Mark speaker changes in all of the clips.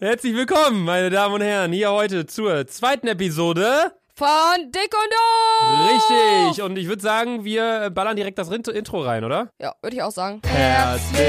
Speaker 1: Herzlich willkommen, meine Damen und Herren, hier heute zur zweiten Episode.
Speaker 2: Von Dick und Doof!
Speaker 1: Richtig. Und ich würde sagen, wir ballern direkt das Rin- Intro rein, oder?
Speaker 2: Ja, würde ich auch sagen.
Speaker 1: Herzlich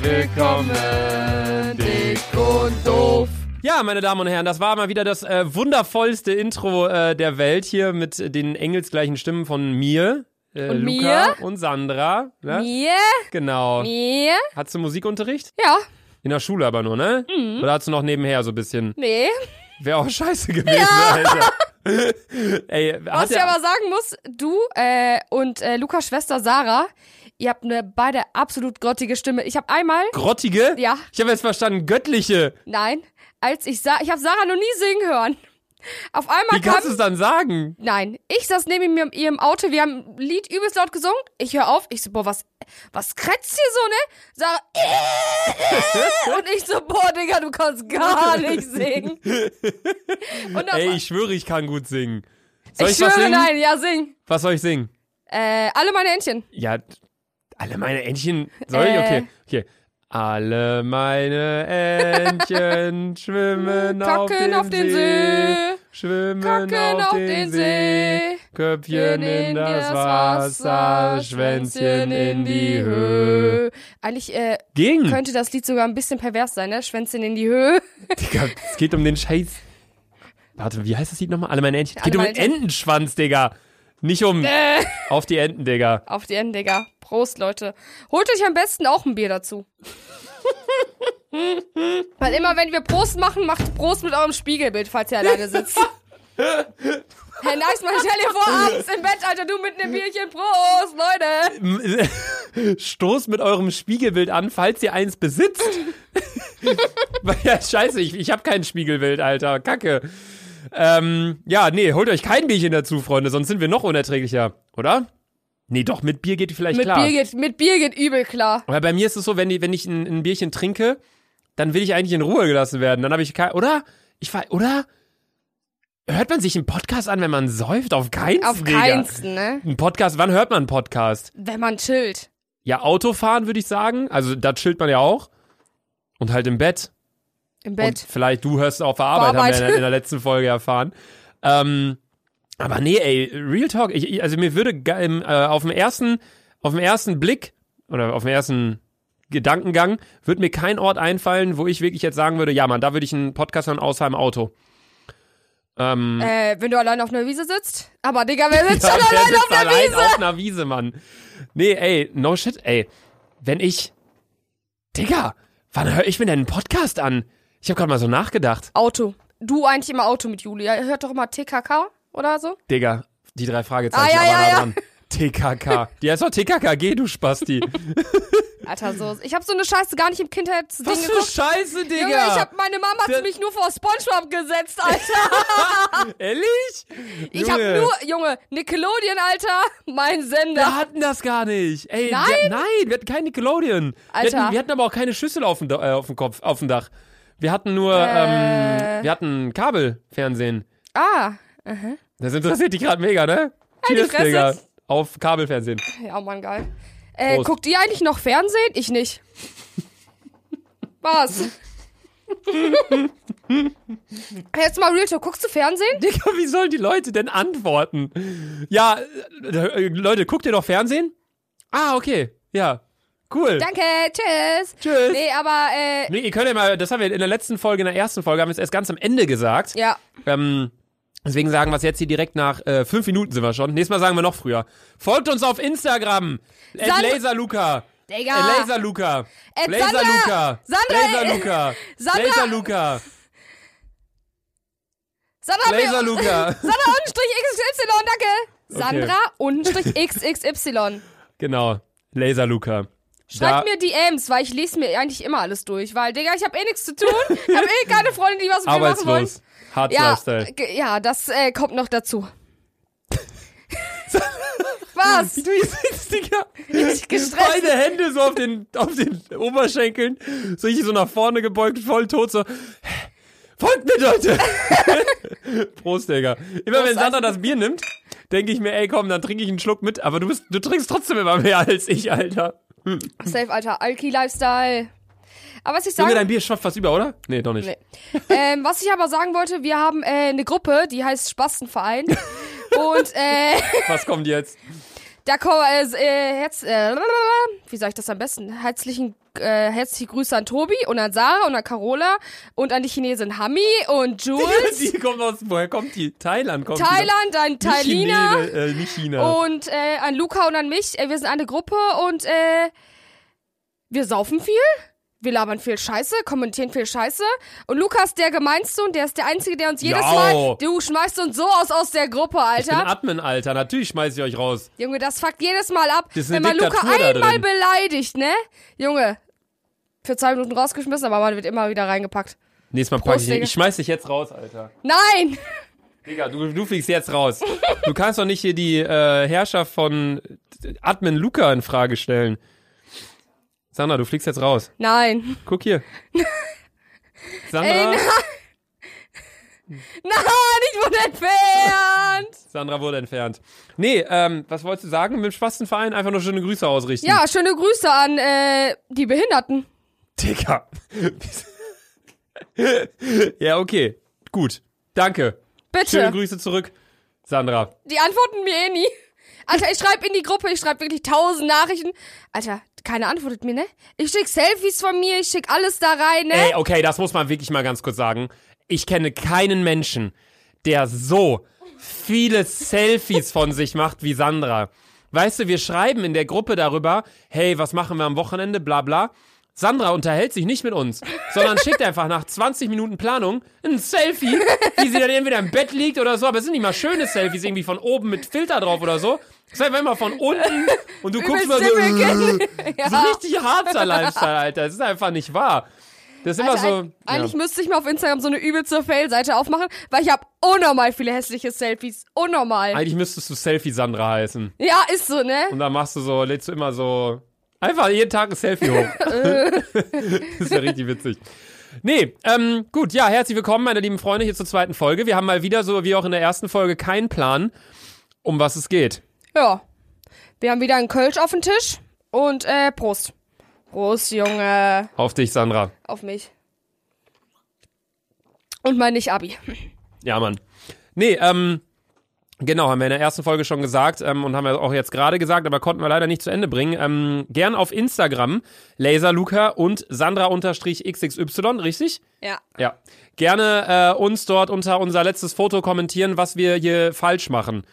Speaker 2: willkommen, dick und doof.
Speaker 1: Ja, meine Damen und Herren, das war mal wieder das äh, wundervollste Intro äh, der Welt hier mit äh, den engelsgleichen Stimmen von mir, äh,
Speaker 2: Und
Speaker 1: Luca und Sandra. Ne?
Speaker 2: Mir?
Speaker 1: Genau.
Speaker 2: Mir?
Speaker 1: Hattest du Musikunterricht?
Speaker 2: Ja.
Speaker 1: In der Schule aber nur, ne?
Speaker 2: Mhm.
Speaker 1: Oder hast du noch nebenher so ein bisschen?
Speaker 2: Nee.
Speaker 1: Wäre auch scheiße gewesen, Alter. Ey,
Speaker 2: Was
Speaker 1: hat
Speaker 2: ich
Speaker 1: der,
Speaker 2: aber sagen muss, du äh, und äh, Lukas Schwester Sarah, ihr habt eine beide absolut grottige Stimme. Ich habe einmal,
Speaker 1: grottige?
Speaker 2: Ja.
Speaker 1: Ich habe jetzt verstanden, göttliche.
Speaker 2: nein, als ich sah, ich habe Sarah noch nie singen hören. Auf einmal
Speaker 1: Wie kannst du
Speaker 2: kam,
Speaker 1: es dann sagen?
Speaker 2: nein, ich saß neben mir ihr im Auto, wir haben ein Lied übelst laut gesungen. Ich höre auf, ich so, boah, was, was kretzt hier so, ne? Sarah, äh, äh, und ich so, boah, Digga, du kannst gar nicht singen. Und auf,
Speaker 1: Ey, ich schwöre, ich kann gut singen. Soll
Speaker 2: ich
Speaker 1: ich,
Speaker 2: schwöre,
Speaker 1: was singen?
Speaker 2: nein, ja, sing.
Speaker 1: Was soll ich singen?
Speaker 2: Äh, alle meine Entchen.
Speaker 1: Ja, alle meine Entchen. Soll ich?
Speaker 2: Äh.
Speaker 1: Okay. okay. Alle meine Entchen schwimmen auf
Speaker 2: Kacken
Speaker 1: den,
Speaker 2: auf den See.
Speaker 1: Schwimmen
Speaker 2: Kacken
Speaker 1: auf, den See. Köpfchen in das Wasser, Schwänzchen in die Höhe.
Speaker 2: Eigentlich äh,
Speaker 1: Ging.
Speaker 2: könnte das Lied sogar ein bisschen pervers sein, ne? Schwänzchen in die Höhe.
Speaker 1: Digga, es geht um den Scheiß. Warte, wie heißt das Lied nochmal? Alle meine Entchen. Es
Speaker 2: Alle
Speaker 1: geht um den
Speaker 2: meine Äh. Entchen.
Speaker 1: Entenschwanz, Digga. Nicht um auf die Enten, Digga.
Speaker 2: Auf die Enden, Digga. Prost, Leute. Holt euch am besten auch ein Bier dazu. Weil immer, wenn wir Prost machen, macht Prost mit eurem Spiegelbild, falls ihr alleine sitzt. Hey, nice, man, stell dir vor, abends im Bett, Alter, du mit einem Bierchen. Prost, Leute.
Speaker 1: Stoß mit eurem Spiegelbild an, falls ihr eins besitzt. Weil ja, scheiße, ich, ich habe kein Spiegelbild, Alter. Kacke. Ähm, ja, nee, holt euch kein Bierchen dazu, Freunde, sonst sind wir noch unerträglicher, oder? Nee, doch, mit Bier geht vielleicht
Speaker 2: Mit
Speaker 1: klar.
Speaker 2: Bier, geht, mit Bier geht übel klar.
Speaker 1: Aber bei mir ist es so, wenn, die, wenn ich ein, ein Bierchen trinke, dann will ich eigentlich in Ruhe gelassen werden. Dann habe ich kein, oder? Ich war, oder? Hört man sich einen Podcast an, wenn man säuft? Auf keinen
Speaker 2: Auf keinsten, ne?
Speaker 1: Ein Podcast, wann hört man einen Podcast?
Speaker 2: Wenn man chillt.
Speaker 1: Ja, Autofahren würde ich sagen. Also da chillt man ja auch. Und halt im Bett.
Speaker 2: Im
Speaker 1: Und
Speaker 2: Bett.
Speaker 1: vielleicht du hörst auf der Arbeit, haben
Speaker 2: Arbeit.
Speaker 1: wir in der, in der letzten Folge erfahren. Ähm, aber nee, ey, Real Talk. Ich, ich, also mir würde ge- im, äh, auf dem ersten, auf dem ersten Blick oder auf dem ersten Gedankengang würde mir kein Ort einfallen, wo ich wirklich jetzt sagen würde, ja, Mann, da würde ich einen Podcast hören außer im Auto. Ähm,
Speaker 2: Äh, wenn du allein auf einer Wiese sitzt. Aber Digga, wer sitzt
Speaker 1: ja,
Speaker 2: schon
Speaker 1: der
Speaker 2: allein
Speaker 1: sitzt
Speaker 2: auf einer
Speaker 1: allein
Speaker 2: Wiese?
Speaker 1: auf einer Wiese, Mann. Nee, ey, no shit, ey. Wenn ich. Digga, wann höre ich mir denn einen Podcast an? Ich habe gerade mal so nachgedacht.
Speaker 2: Auto. Du eigentlich immer Auto mit Julia. Ihr hört doch immer TKK oder so.
Speaker 1: Digga, die drei Fragezeichen
Speaker 2: Ah, ja,
Speaker 1: aber
Speaker 2: ja,
Speaker 1: nah
Speaker 2: ja.
Speaker 1: dran. TKK. Die heißt doch TKKG, du Spasti.
Speaker 2: Alter, so. Ich hab so eine Scheiße gar nicht im Kindheitsding
Speaker 1: Was für
Speaker 2: geguckt.
Speaker 1: Scheiße, Digga.
Speaker 2: Junge, ich hab, meine Mama
Speaker 1: Der-
Speaker 2: hat mich nur vor Spongebob gesetzt, Alter.
Speaker 1: Ehrlich?
Speaker 2: Ich hab
Speaker 1: Junge,
Speaker 2: nur, Junge, Nickelodeon, Alter, mein
Speaker 1: Wir
Speaker 2: Sender.
Speaker 1: hatten das gar nicht. Ey,
Speaker 2: Nein?
Speaker 1: Wir, nein, wir hatten kein Nickelodeon. Wir
Speaker 2: Alter.
Speaker 1: hatten, wir hatten aber auch keine Schüssel auf dem, Do- äh, auf dem Kopf, auf dem Dach. Wir hatten nur,
Speaker 2: Äh.
Speaker 1: ähm, wir hatten Kabelfernsehen.
Speaker 2: Ah,
Speaker 1: Das interessiert dich gerade mega, ne?
Speaker 2: Halt die
Speaker 1: Cheers,
Speaker 2: Fresse.
Speaker 1: Digga. Auf Kabelfernsehen.
Speaker 2: ja, Mann, geil. Äh,
Speaker 1: Prost.
Speaker 2: guckt ihr eigentlich noch Fernsehen? Ich nicht. Was? Jetzt mal Real Talk, guckst du Fernsehen?
Speaker 1: Digga, wie sollen die Leute denn antworten? Ja, äh, äh, Leute, guckt ihr doch Fernsehen? Ah, okay. Ja. Cool.
Speaker 2: Danke, tschüss.
Speaker 1: Tschüss. Nee.
Speaker 2: Nee, aber, äh,
Speaker 1: ihr könnt ja mal, das haben wir in der letzten Folge, in der ersten Folge, haben wir es erst ganz am Ende gesagt.
Speaker 2: ja.
Speaker 1: Ähm, deswegen sagen wir es jetzt hier direkt nach äh, fünf Minuten sind wir schon. Nächstes Mal sagen wir noch früher. Folgt uns auf Instagram.
Speaker 2: Sand-
Speaker 1: Laserluca.
Speaker 2: Digga.
Speaker 1: At Laserluca.
Speaker 2: At Sandra-
Speaker 1: Laserluca.
Speaker 2: Sandra-
Speaker 1: Laserluca.
Speaker 2: Sandra-
Speaker 1: Laserluca.
Speaker 2: Sandra, wir-
Speaker 1: Laserluca.
Speaker 2: Sandra Unstrich XY, danke. Sandra
Speaker 1: Okay.
Speaker 2: Unstrich XXY.
Speaker 1: Genau. Laserluca.
Speaker 2: Schreibt mir DMs, weil ich lese mir eigentlich immer alles durch, weil, Digga, ich habe eh nichts zu tun. Ich habe eh keine Freunde, die was mit mir machen wollen.
Speaker 1: Arbeitslos. Hard
Speaker 2: Ja,
Speaker 1: Lifestyle.
Speaker 2: ge- ja, das äh, kommt noch dazu. was?
Speaker 1: äh, Du hier sitzt, Digga.
Speaker 2: Ich gestresst.
Speaker 1: Beide Hände so auf den, auf den Oberschenkeln. So ich so nach vorne gebeugt, voll tot, so. Folgt mir, Leute! Prost, Digga. Immer wenn
Speaker 2: Prost,
Speaker 1: Sandra das Bier nimmt, denke ich mir, ey, komm, dann trinke ich einen Schluck mit. Aber du, bist, du trinkst trotzdem immer mehr als ich, Alter.
Speaker 2: Safe, Alter. Alki-Lifestyle. Aber was ich
Speaker 1: Junge,
Speaker 2: sagen
Speaker 1: dein Bier schafft was über, oder? Nee, doch nicht.
Speaker 2: Nee. ähm, was ich aber sagen wollte, wir haben äh, eine Gruppe, die heißt Spastenverein. Und äh,
Speaker 1: Was kommt jetzt?
Speaker 2: da kommen äh, äh, herz, äh, wie sage ich das am besten? Herzlichen äh, herzliche Grüße an Tobi und an Sarah und an Carola und an die Chinesin Hami und Jules,
Speaker 1: Die kommt aus, woher kommt die? Thailand kommt die.
Speaker 2: Thailand, an
Speaker 1: Nicht
Speaker 2: Thailina
Speaker 1: Chine, äh, nicht China.
Speaker 2: und äh, an Luca und an mich. Äh, wir sind eine Gruppe und äh, wir saufen viel. Wir labern viel Scheiße, kommentieren viel Scheiße. Und Lukas, der gemeinste und der ist der Einzige, der uns jedes
Speaker 1: Ja.
Speaker 2: Mal, du schmeißt uns so aus aus der Gruppe,
Speaker 1: Ich bin
Speaker 2: Alter.
Speaker 1: Admin, Alter. Natürlich schmeiß ich euch raus.
Speaker 2: Junge, das fuckt jedes Mal ab.
Speaker 1: Das ist
Speaker 2: Wenn
Speaker 1: eine
Speaker 2: man Luca
Speaker 1: Diktatur da
Speaker 2: einmal
Speaker 1: drin.
Speaker 2: beleidigt, ne? Junge, für zwei Minuten rausgeschmissen, aber man wird immer wieder reingepackt.
Speaker 1: Nächstes Mal pack ich
Speaker 2: Prost,
Speaker 1: ihn.
Speaker 2: Digga.
Speaker 1: Ich schmeiß dich jetzt raus, Alter.
Speaker 2: Nein!
Speaker 1: Digga, du, du fliegst jetzt raus. Du kannst doch nicht hier die äh, Herrschaft von Admin Luca in Frage stellen. Sandra, du fliegst jetzt raus.
Speaker 2: Nein.
Speaker 1: Guck hier. Sandra,
Speaker 2: Ey, Nein, ich wurde entfernt!
Speaker 1: Sandra wurde entfernt. Nee, ähm, was wolltest du sagen? Mit dem Spastenverein einfach nur schöne Grüße ausrichten.
Speaker 2: Ja, schöne Grüße an äh, die Behinderten.
Speaker 1: Digga. ja, okay. Gut. Danke.
Speaker 2: Bitte.
Speaker 1: Schöne Grüße zurück, Sandra.
Speaker 2: Die antworten mir eh nie. Alter, ich schreibe in die Gruppe, ich schreibe wirklich tausend Nachrichten. Alter, keiner antwortet mir, ne? Ich schick Selfies von mir, ich schick alles da rein, ne?
Speaker 1: Ey, okay, das muss man wirklich mal ganz kurz sagen. Ich kenne keinen Menschen, der so viele Selfies von sich macht wie Sandra. Weißt du, wir schreiben in der Gruppe darüber, hey, was machen wir am Wochenende, bla bla. Sandra unterhält sich nicht mit uns, sondern schickt einfach nach 20 Minuten Planung ein Selfie, wie sie dann entweder im Bett liegt oder so, aber es sind nicht mal schöne Selfies, irgendwie von oben mit Filter drauf oder so. Es ist einfach immer von unten und du guckst mal so,
Speaker 2: Simpelkind.
Speaker 1: so
Speaker 2: Ja.
Speaker 1: richtig harzer Lifestyle, Alter. Das ist einfach nicht wahr. Das ist immer
Speaker 2: Alter,
Speaker 1: so.
Speaker 2: eig- Also eigentlich
Speaker 1: Also, ja.
Speaker 2: müsste ich mal auf Instagram so eine übelste Fail-Seite aufmachen, weil ich habe unnormal viele hässliche Selfies. Unnormal.
Speaker 1: eigentlich müsstest du Selfie Sandra heißen.
Speaker 2: ja, ist so, ne?
Speaker 1: Und dann machst du so, lädst du immer so. Einfach jeden Tag ein Selfie hoch. das ist ja richtig witzig. Nee, ähm, gut, ja, herzlich willkommen, meine lieben Freunde, hier zur zweiten Folge. Wir haben mal wieder, so wie auch in der ersten Folge, keinen Plan, um was es geht.
Speaker 2: Ja. Wir haben wieder einen Kölsch auf dem Tisch und äh, Prost. Prost, Junge.
Speaker 1: Auf dich, Sandra.
Speaker 2: Auf mich. Und mein Nicht-Abi.
Speaker 1: Ja, Mann. Nee, ähm, genau, haben wir in der ersten Folge schon gesagt ähm, und haben wir auch jetzt gerade gesagt, aber konnten wir leider nicht zu Ende bringen. Ähm, gern auf Instagram, LaserLuca und Sandra-XXY, richtig?
Speaker 2: Ja.
Speaker 1: Ja. Gerne äh, uns dort unter unser letztes Foto kommentieren, was wir hier falsch machen.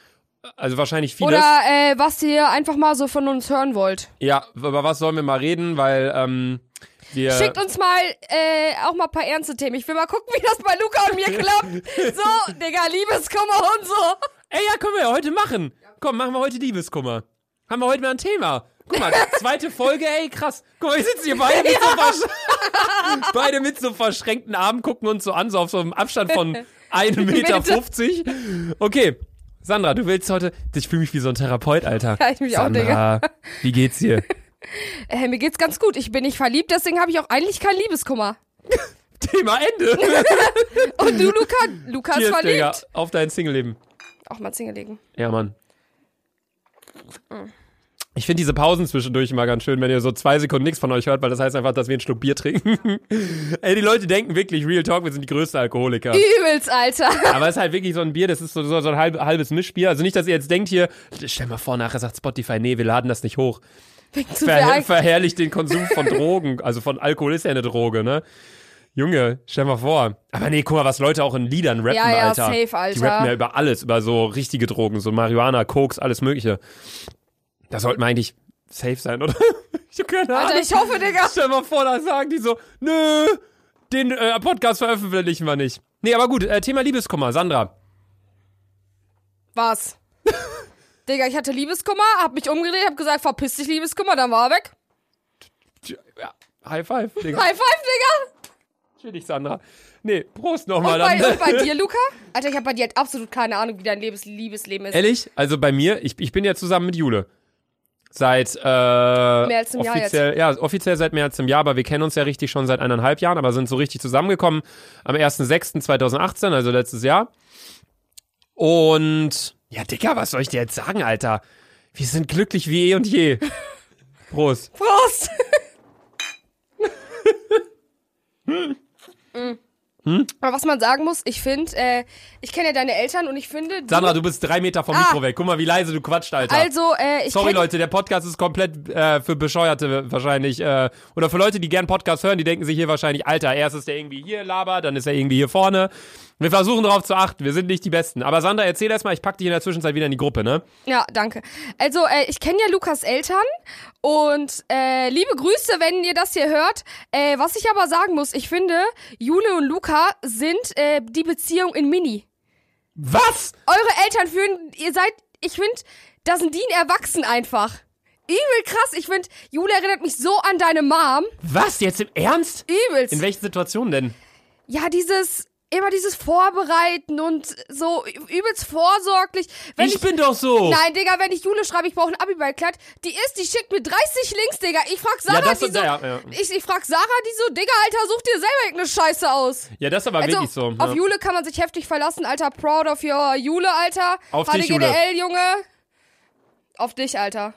Speaker 1: Also wahrscheinlich vieles.
Speaker 2: Oder äh, was ihr einfach mal so von uns hören wollt.
Speaker 1: ja, über was sollen wir mal reden, weil ähm, wir...
Speaker 2: Schickt uns mal äh, auch mal ein paar ernste Themen. Ich will mal gucken, wie das bei Luca und mir klappt. So, Digga, Liebeskummer und so.
Speaker 1: Ey, ja, können wir ja heute machen. Komm, machen wir heute Liebeskummer. Haben wir heute mal ein Thema. Guck mal, zweite Folge, ey, krass. Guck mal, wir sitzen hier beide mit, so, versch beide mit so verschränkten Armen, gucken uns so an, so auf so einem Abstand von 1,50 Meter. 50. Okay, Sandra, du willst heute... Ich fühle mich wie so ein Therapeut, Alter.
Speaker 2: Ja, ich mich auch,
Speaker 1: Sandra, wie geht's dir?
Speaker 2: Äh, mir geht's ganz gut. Ich bin nicht verliebt, deswegen habe ich auch eigentlich keinen Liebeskummer.
Speaker 1: Thema Ende.
Speaker 2: Und du, Luca, Luca ist
Speaker 1: Cheers, Digga,
Speaker 2: verliebt.
Speaker 1: auf dein Single-Leben.
Speaker 2: Auch mal Single legen.
Speaker 1: Ja, Mann. Ich finde diese Pausen zwischendurch immer ganz schön, wenn ihr so zwei Sekunden nichts von euch hört, weil das heißt einfach, dass wir einen Schluck Bier trinken. Ey, die Leute denken wirklich, Real Talk, wir sind die größten Alkoholiker.
Speaker 2: Übelst, Alter.
Speaker 1: Aber es ist halt wirklich so ein Bier, das ist so, so, so ein halb, halbes Mischbier. Also nicht, dass ihr jetzt denkt hier, stell mal vor, nachher sagt Spotify, nee, wir laden das nicht hoch.
Speaker 2: Wegen zu viel
Speaker 1: Verher
Speaker 2: Alkohol.
Speaker 1: verherrlicht den Konsum von Drogen. Also von Alkohol ist ja eine Droge, ne? Junge, stell mal vor. Aber nee, guck mal, was Leute auch in Liedern rappen,
Speaker 2: Ja, ja,
Speaker 1: Alter.
Speaker 2: safe, Alter.
Speaker 1: Die rappen ja über alles, über so richtige Drogen, so Marihuana, Koks, alles mögliche. Da sollten wir eigentlich safe sein, oder? Ich hab keine Ahnung.
Speaker 2: Alter, ich hoffe, Digga.
Speaker 1: Stell mal vor, da sagen die so, nö, den äh, Podcast veröffentlichen wir nicht. Nee, aber gut, äh, Thema Liebeskummer, Sandra.
Speaker 2: Was? Digga, ich hatte Liebeskummer, hab mich umgedreht, hab gesagt, verpiss dich, Liebeskummer, dann war er weg.
Speaker 1: Ja, High five, Digga.
Speaker 2: High five, Digga.
Speaker 1: Chill dich, Sandra. Nee, Prost nochmal.
Speaker 2: Und bei,
Speaker 1: dann-
Speaker 2: und bei dir, Luca? Alter, ich hab bei dir halt absolut keine Ahnung, wie dein Liebes Liebesleben ist.
Speaker 1: Ehrlich? Also bei mir, ich, ich bin ja zusammen mit Jule. Seit äh, mehr
Speaker 2: als einem Jahr
Speaker 1: offiziell, ja, offiziell seit mehr als einem Jahr, aber wir kennen uns ja richtig schon seit eineinhalb Jahren, aber sind so richtig zusammengekommen am 1.6.2018, also letztes Jahr. Und ja, Dicker, was soll ich dir jetzt sagen, Alter? Wir sind glücklich wie eh und je. Prost.
Speaker 2: Prost!
Speaker 1: Hm?
Speaker 2: Mhm. Mm. Aber was man sagen muss, ich finde, äh, ich kenne ja deine Eltern und ich finde, die,
Speaker 1: Sandra, du bist drei Meter vom
Speaker 2: Ah.
Speaker 1: Mikro weg. Guck mal, wie leise du quatscht, Alter.
Speaker 2: also äh, ich
Speaker 1: Sorry,
Speaker 2: kenn,
Speaker 1: Leute, der Podcast ist komplett äh, für Bescheuerte wahrscheinlich. Äh, oder für Leute, die gern Podcast hören, die denken sich hier wahrscheinlich, Alter, erst ist der irgendwie hier laber, dann ist er irgendwie hier vorne. Wir versuchen darauf zu achten, wir sind nicht die Besten. Aber Sandra, erzähl erst mal, ich pack dich in der Zwischenzeit wieder in die Gruppe, ne?
Speaker 2: Ja, danke. Also, äh, ich kenne ja Lukas Eltern und äh, liebe Grüße, wenn ihr das hier hört. Äh, was ich aber sagen muss, ich finde, Jule und Luca sind äh, die Beziehung in Mini.
Speaker 1: Was?
Speaker 2: Eure Eltern führen, ihr seid, ich finde, da sind die erwachsen einfach. Übel krass, ich finde, Jule erinnert mich so an deine Mom.
Speaker 1: Was? Jetzt im Ernst?
Speaker 2: Übelst.
Speaker 1: In welchen Situationen denn?
Speaker 2: ja, dieses, immer dieses Vorbereiten und so übelst vorsorglich. Wenn
Speaker 1: ich, bin doch so.
Speaker 2: Nein, Digga, wenn ich Jule schreibe, ich brauche ein Abiballkleid. Die ist, die schickt mir 30 Links, Digga. Ich frag Sarah,
Speaker 1: Ja, das
Speaker 2: die
Speaker 1: und-
Speaker 2: so.
Speaker 1: ja, ja.
Speaker 2: Ich, ich frag Sarah, die so, Digga, Alter, such dir selber irgendeine Scheiße aus.
Speaker 1: Ja, das ist aber
Speaker 2: Also,
Speaker 1: wirklich so.
Speaker 2: auf
Speaker 1: ja.
Speaker 2: Jule kann man sich heftig verlassen, Alter. Proud of your Jule, Alter.
Speaker 1: Auf dich,
Speaker 2: HDGDL, Junge. Auf dich, Alter.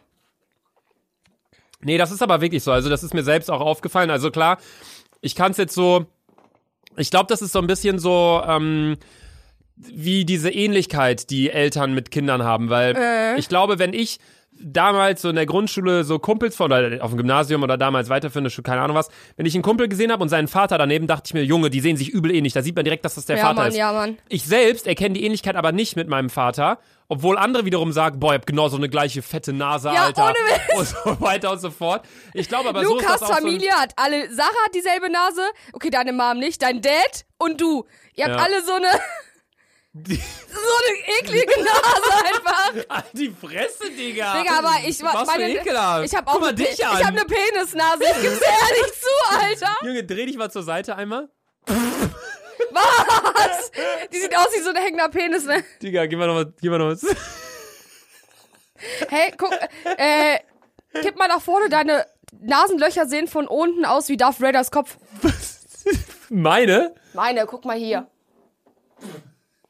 Speaker 1: Nee, das ist aber wirklich so. Also, das ist mir selbst auch aufgefallen. Also klar, ich kann es jetzt so. Ich glaube, das ist so ein bisschen so ähm, wie diese Ähnlichkeit, die Eltern mit Kindern haben, weil
Speaker 2: Äh.
Speaker 1: ich glaube, wenn ich damals so in der Grundschule so Kumpels von oder auf dem Gymnasium oder damals weiterführende Schule, keine Ahnung was, wenn ich einen Kumpel gesehen habe und seinen Vater daneben, dachte ich mir, Junge, die sehen sich übel ähnlich. Da sieht man direkt, dass das der
Speaker 2: Ja,
Speaker 1: Vater
Speaker 2: Mann,
Speaker 1: ist.
Speaker 2: ja, Mann.
Speaker 1: Ich selbst erkenne die Ähnlichkeit aber nicht mit meinem Vater, obwohl andere wiederum sagen, boah, ihr habt genau so eine gleiche fette Nase,
Speaker 2: Ja,
Speaker 1: Alter.
Speaker 2: ohne Witz.
Speaker 1: Und so weiter und so fort. Ich glaube aber so ist
Speaker 2: Lukas
Speaker 1: das auch
Speaker 2: Familie hat alle. Sarah hat dieselbe Nase. Okay, deine Mom nicht. Dein Dad und du. Ihr habt
Speaker 1: Ja.
Speaker 2: alle so eine.
Speaker 1: Die-
Speaker 2: so eine eklige Nase einfach.
Speaker 1: so ein, die Fresse, Digga.
Speaker 2: Digga, aber ich war
Speaker 1: Was
Speaker 2: meine,
Speaker 1: für ekelhaft.
Speaker 2: ich habe auch
Speaker 1: Guck mal
Speaker 2: eine,
Speaker 1: dich
Speaker 2: ich
Speaker 1: an.
Speaker 2: habe eine Penisnase. Ich gib's dir ehrlich zu, Alter.
Speaker 1: Junge, dreh dich mal zur Seite einmal.
Speaker 2: Die sieht aus wie so ein hängender Penis. Ne?
Speaker 1: Digga, geh mal nochmal, geh mal nochmal.
Speaker 2: Hey, guck, äh, kipp mal nach vorne. Deine Nasenlöcher sehen von unten aus wie Darth Raiders Kopf.
Speaker 1: Meine?
Speaker 2: Meine, guck mal hier.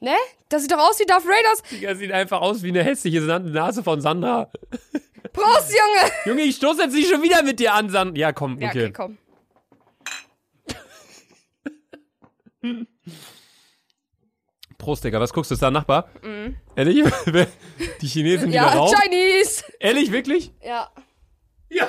Speaker 2: Ne? Das sieht doch aus wie Darth Raiders.
Speaker 1: Digga, sieht einfach aus wie eine hässliche Sa- Nase von Sandra.
Speaker 2: Prost, Junge.
Speaker 1: Junge, ich stoße jetzt nicht schon wieder mit dir an, Sandra. Ja, komm, okay.
Speaker 2: Ja, okay, komm.
Speaker 1: Prost, Digga. Was guckst du? Ist da ein Nachbar? Ehrlich? Die Chinesen, die da
Speaker 2: Mhm. Ja,
Speaker 1: rauchen?
Speaker 2: Chinese.
Speaker 1: Ehrlich, wirklich?
Speaker 2: Ja.
Speaker 1: Ja.